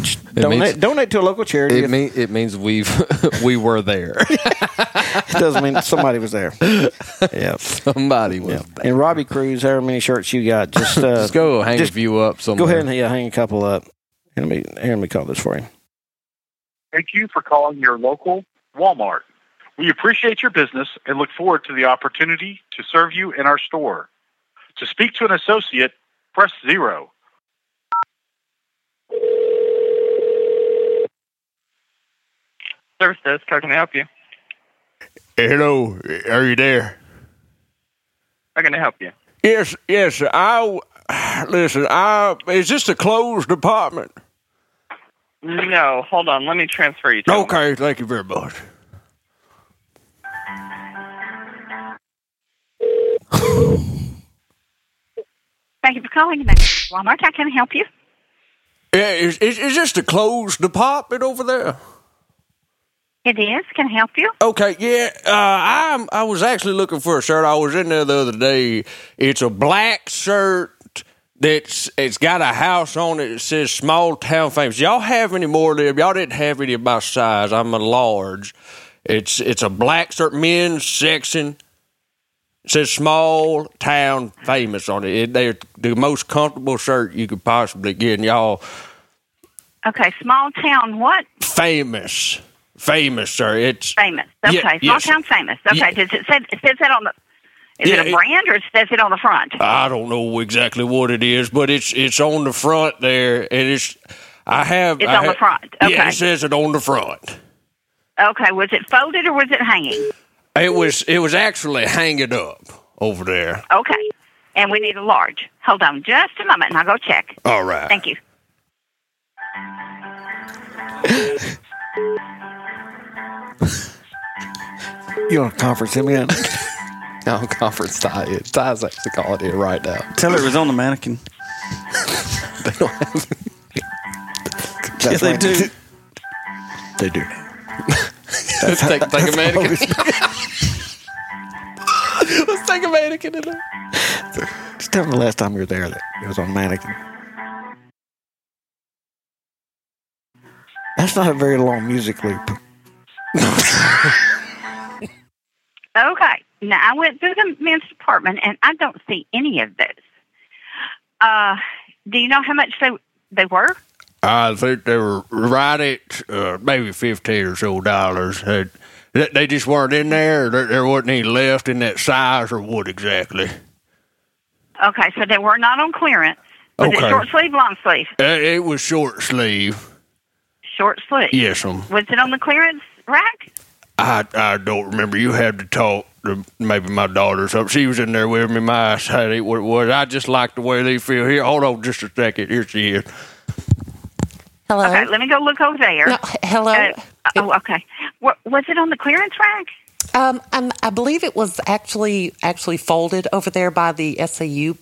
just donate
means-
donate to a local charity.
It
if-
mean, it means we've we were there.
it does mean somebody was there. yeah.
Somebody was. there.
And Robbie Cruz, however many shirts you got, just uh,
Just go hang
just
a few up
Go
somewhere.
ahead and yeah, hang a couple up. Here, Let me here, let me call this for you.
Thank you for calling your local Walmart. We appreciate your business and look forward to the opportunity to serve you in our store. To speak to an associate, press zero.
Service desk, how can I help you?
Hello, are you there?
How can I help you?
Yes, yes. I listen. I is this a closed department?
No, hold on. Let me transfer you. To him.
Okay, thank you very much.
Thank you for calling Walmart. How can I help you?
Yeah, is, is is this the closed department over there?
It is. Can I help you?
Okay, yeah. Uh, I'm. I was actually looking for a shirt. I was in there the other day. It's a black shirt. That's it's got a house on it. that says small town famous. Y'all have any more of them? Y'all didn't have any of my size. I'm a large. It's it's a black shirt, men's section. It says small town famous on it. it they're the most comfortable shirt you could possibly get. And y'all
Okay, small town what?
famous, famous sir. It's
Famous. Okay,
Yeah,
small
yes.
town famous. Okay,
Yeah.
does it said it says that on the is
Yeah,
it a
it-
brand or it says it on the front?
I don't know exactly what it is, but it's it's on the front there, and it's I have
It's
I
on the
ha-
front,
Yeah,
okay.
it says it on the front.
okay, was it folded or was it hanging?
It was it was actually hanging up over there.
Okay. and we need a large. Hold on just a moment, and I'll go check.
All right.
Thank you.
You want to conference him in?
I'm conference Ty. Ty's actually calling in right now.
Tell her it was on the mannequin.
They don't have
Yeah,
That's
they
right.
do.
They do.
Let's take, take a mannequin. Let's take a mannequin in there.
Just tell me the last time you were there that it was on mannequin. That's not a very long music loop.
Okay. Now I went through the men's department, and I don't see any of those. Uh, do you know how much they they were?
I think they were right at uh, maybe fifteen or so dollars. They, they just weren't in there. Or there. There wasn't any left in that size or what exactly.
Okay, so they were not on clearance. Was
Okay.
it short sleeve, long sleeve?
Uh, it was short sleeve.
Short sleeve.
Yes, um,
Was it on the clearance rack?
I I don't remember. You had to talk to maybe my daughter or something. She was in there with me. My eyes had it what it was. I just like the way they feel. Here, hold on just a second. Here she is.
Hello.
Okay, let me go look over there.
No, h- hello.
Uh, oh, okay. Wa- was it on the clearance rack?
Um, i I believe it was actually actually folded over there by the SAU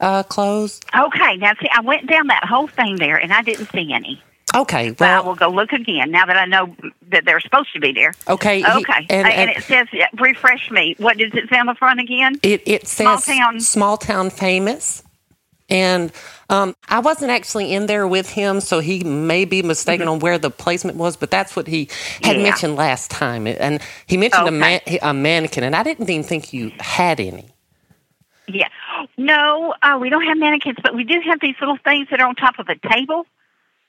uh, clothes.
Okay, now see, I went down that whole thing there and I didn't see any.
Okay.
But I
Well.
will go look again now that I know that they're supposed to be there.
Okay. he-
Okay,
and,
Uh, and it says, uh, refresh me. What does it say on the front again?
it it
Small
says
town.
small town famous, and um, I wasn't actually in there with him, so he may be mistaken on where the placement was. But that's what he had
Mm-hmm. Yeah.
mentioned last time, and he mentioned a, man,
Okay.
a mannequin, and I didn't even think you had any.
Yeah. No, uh, we don't have mannequins, but we do have these little things that are on top of a table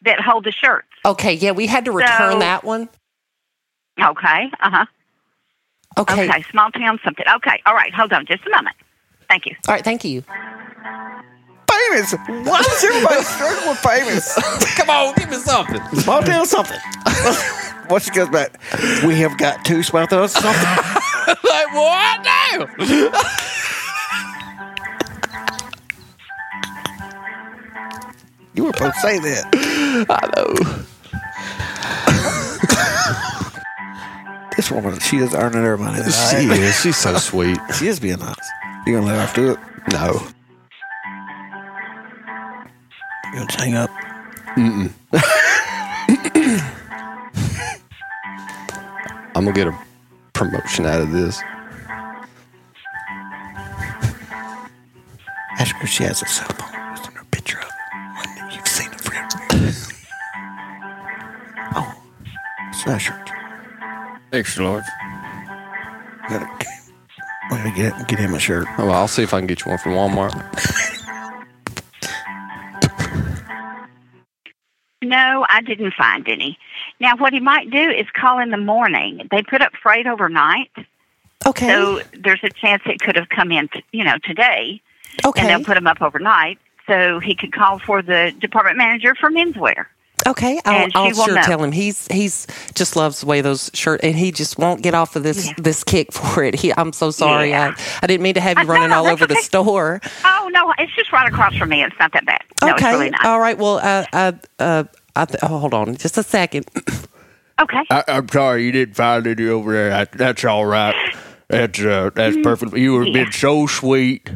that hold the shirts.
Okay. Yeah, we had to return
So-
that one.
Okay, uh huh.
Okay.
Okay, small town something. Okay, all right, hold on just a moment. Thank you.
All right. Thank you.
Famous. Why does everybody struggle with famous?
Come on, give me something.
Small town something. Once it goes back, we have got two small town something.
like what? No.
You were supposed to say that. I know. this woman, she is earning her money. She,
is. She's so sweet. Oh.
she is being nice. You gonna let her off do it?
No.
You gonna hang up?
I'm gonna get a promotion out of this.
Ask her if she has a cell phone. Send her a picture of it. One that you've seen it friend. oh, it's that shirt.
Extra large.
We're gonna get get him a shirt.
Oh, well, I'll see if I can get you one from Walmart.
No, I didn't find any. Now, what he might do is call in the morning. They put up freight overnight,
Okay.
so there's a chance it could have come in, t- you know, today,
okay.
and they'll put them up overnight. So he could call for the department manager for menswear.
Okay, I'll,
And she
I'll
will
sure
know.
tell him. He's he's just loves the way those shirt, and he just won't get off of this
Yeah.
this kick for it. He, I'm so sorry.
Yeah.
I, I didn't mean to have you
Uh, no,
running
no,
all
that's
over the
okay.
store.
Oh no, it's just right across from me. It's not that bad. No,
okay,
it's really not.
all right. Well, uh, uh, uh, I th- oh, hold on, just a second.
okay.
I, I'm sorry you didn't find any over there. I, that's all right. That's uh, that's perfect. You have
Mm-hmm. Yeah.
been so sweet,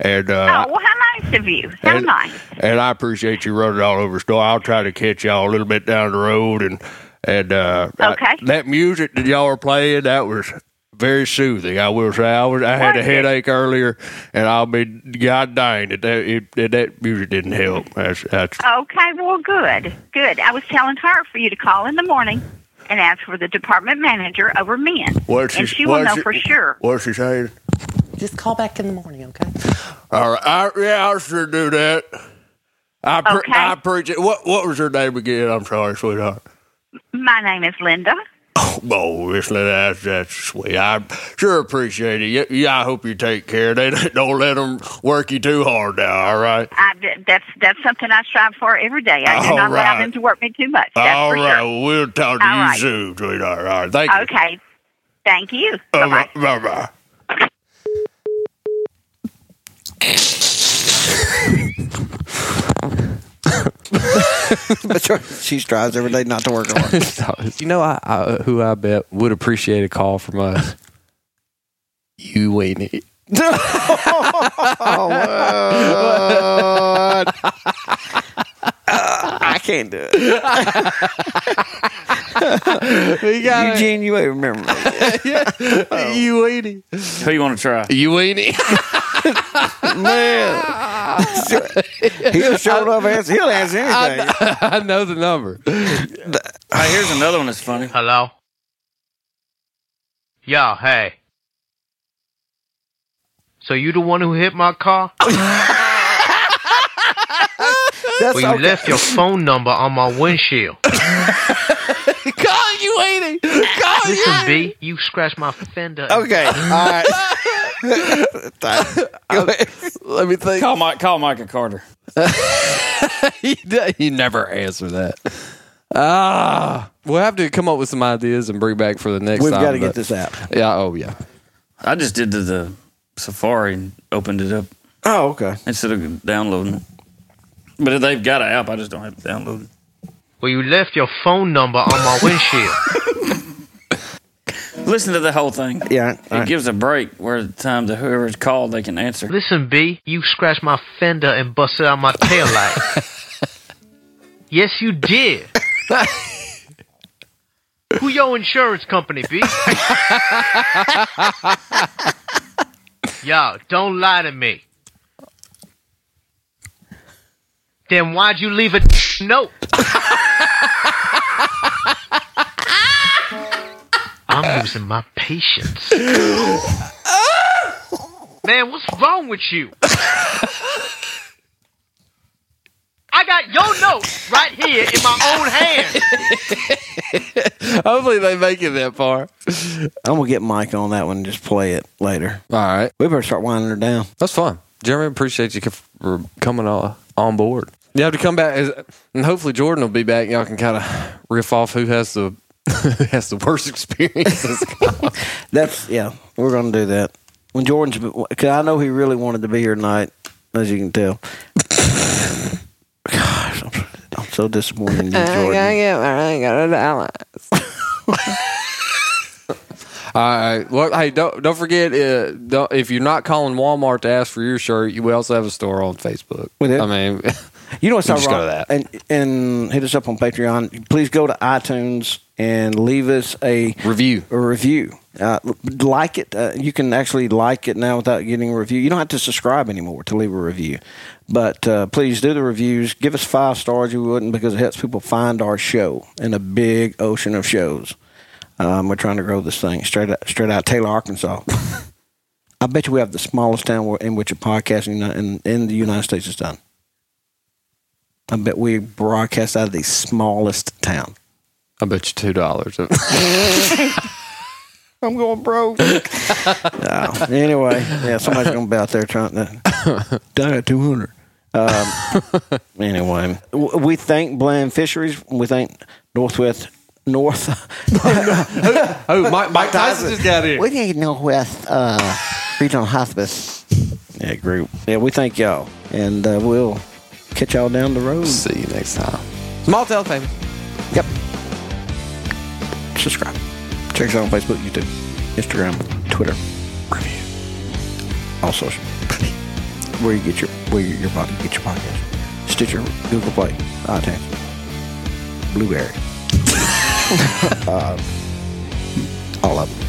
and uh,
oh well, how nice of you. How
and,
nice.
and I appreciate you running all over the store. I'll try to catch y'all a little bit down the road, and and uh, I-
Okay.
that music that y'all were playing that was very soothing. I will say I was I had a
Was it?
headache earlier, and I'll be god dang that that, it, that that music didn't help. That's, that's
Okay, well, good, good. I was telling her for you to call in the morning and ask for the department manager over men,
what's
and
she-
she will
what's
know
she-
for sure.
What's she saying?
Just call back in the morning, okay?
All right. I, yeah, I'll sure do that. I pre-
Okay.
I appreciate what what was her name again? I'm sorry, sweetheart.
My name is Linda.
Oh, Miss Lynn, that's, that's sweet. I sure appreciate it. Yeah, yeah, I hope you take care. They they don't let them work you too hard now. All right.
I, that's that's something I strive for every day. I do
All
not allow
right.
them to work me too much. That's
All
for
right. Well, We'll talk to
All
you
right.
soon, sweetheart. All right. Thank
sure.
you. Uh,
Okay, thank you. Bye-bye.
Bye bye.
but she strives every day not to work hard.
you know I, I, who I bet would appreciate a call from us? you, Weenie.
Oh, Uh, I can't do it. Eugene, you ain't remember me.
You, Weenie.
Who you want to try?
You, Weenie.
Man. he'll show up and he'll answer anything.
I know the number.
All right, here's another one that's funny.
Hello? Yeah, hey. So you the one who hit my car?
Oh, That's
Well, you left your phone number on my windshield.
Call you, Weenie. Call you.
Listen, B, you scratched my fender.
Oh, okay. All right. Go ahead.
Let me think.
Call Mike. Call Mike and Carter.
you, ne- you never answer that. Ah, we'll have to come up with some ideas and bring back for the next.
We've
time,
got to get
but-
this out.
Yeah. Oh, yeah.
I just did the, the Safari and opened it up
Oh, okay.
instead of downloading it. But if they've got an app, I just don't have to download it.
Well, you left your phone number on my windshield.
Listen to the whole thing.
Yeah.
It gives a break where the time to whoever's called they can answer.
Listen, B, you scratched my fender and busted out my taillight. yes, you did. Who your insurance company, B? Yo, don't lie to me. Then why'd you leave a note? I'm losing my patience. Man, what's wrong with you? I got your notes right here in my own hand.
Hopefully they make it that far.
I'm going to get Mike on that one and just play it later.
All right.
We better start winding her down.
That's fun. Jeremy, appreciate you c- for coming on, on board. You have to come back, as- and hopefully Jordan will be back. Y'all can kind of riff off who has the who has the worst experiences.
That's, yeah, we're going to do that. When Jordan's, because I know he really wanted to be here tonight, as you can tell. Gosh, I'm, I'm so disappointed in you, Jordan.
All right. Well, hey, don't don't forget uh, don't, if you're not calling Walmart to ask for your shirt, you we also have a store on Facebook.
We do?
I mean,
You know what's
You
not
just
wrong?
go to that.
And and hit us up on Patreon. Please go to iTunes and leave us a
review.
a review. Uh, like it. Uh, you can actually like it now without getting a review. You don't have to subscribe anymore to leave a review. But uh, please do the reviews. Give us five stars if you wouldn't because it helps people find our show in a big ocean of shows. Um, we're trying to grow this thing straight out, straight out Taylor, Arkansas. I bet you we have the smallest town where- in which a podcast in, in, in the United States is done. I bet we broadcast out of the smallest town.
I bet you two dollars. Oh.
I'm going broke.
Oh,
Oh, Anyway, yeah, somebody's gonna be out there trying to die at 200. Um, anyway, w- we thank Bland Fisheries. We thank Northwest North.
oh, Mike, Mike Tyson just got here.
we need Northwest uh, Regional Hospice. Yeah, group. Yeah, we thank y'all, and uh, we'll catch y'all down the road.
See you next time. Small town famous.
Yep. Subscribe. Check us out on Facebook, YouTube, Instagram, Twitter. Review. All social. where you get your where you, your body get your podcast. Stitcher, Google Play, iTunes, Blueberry. uh, all of them.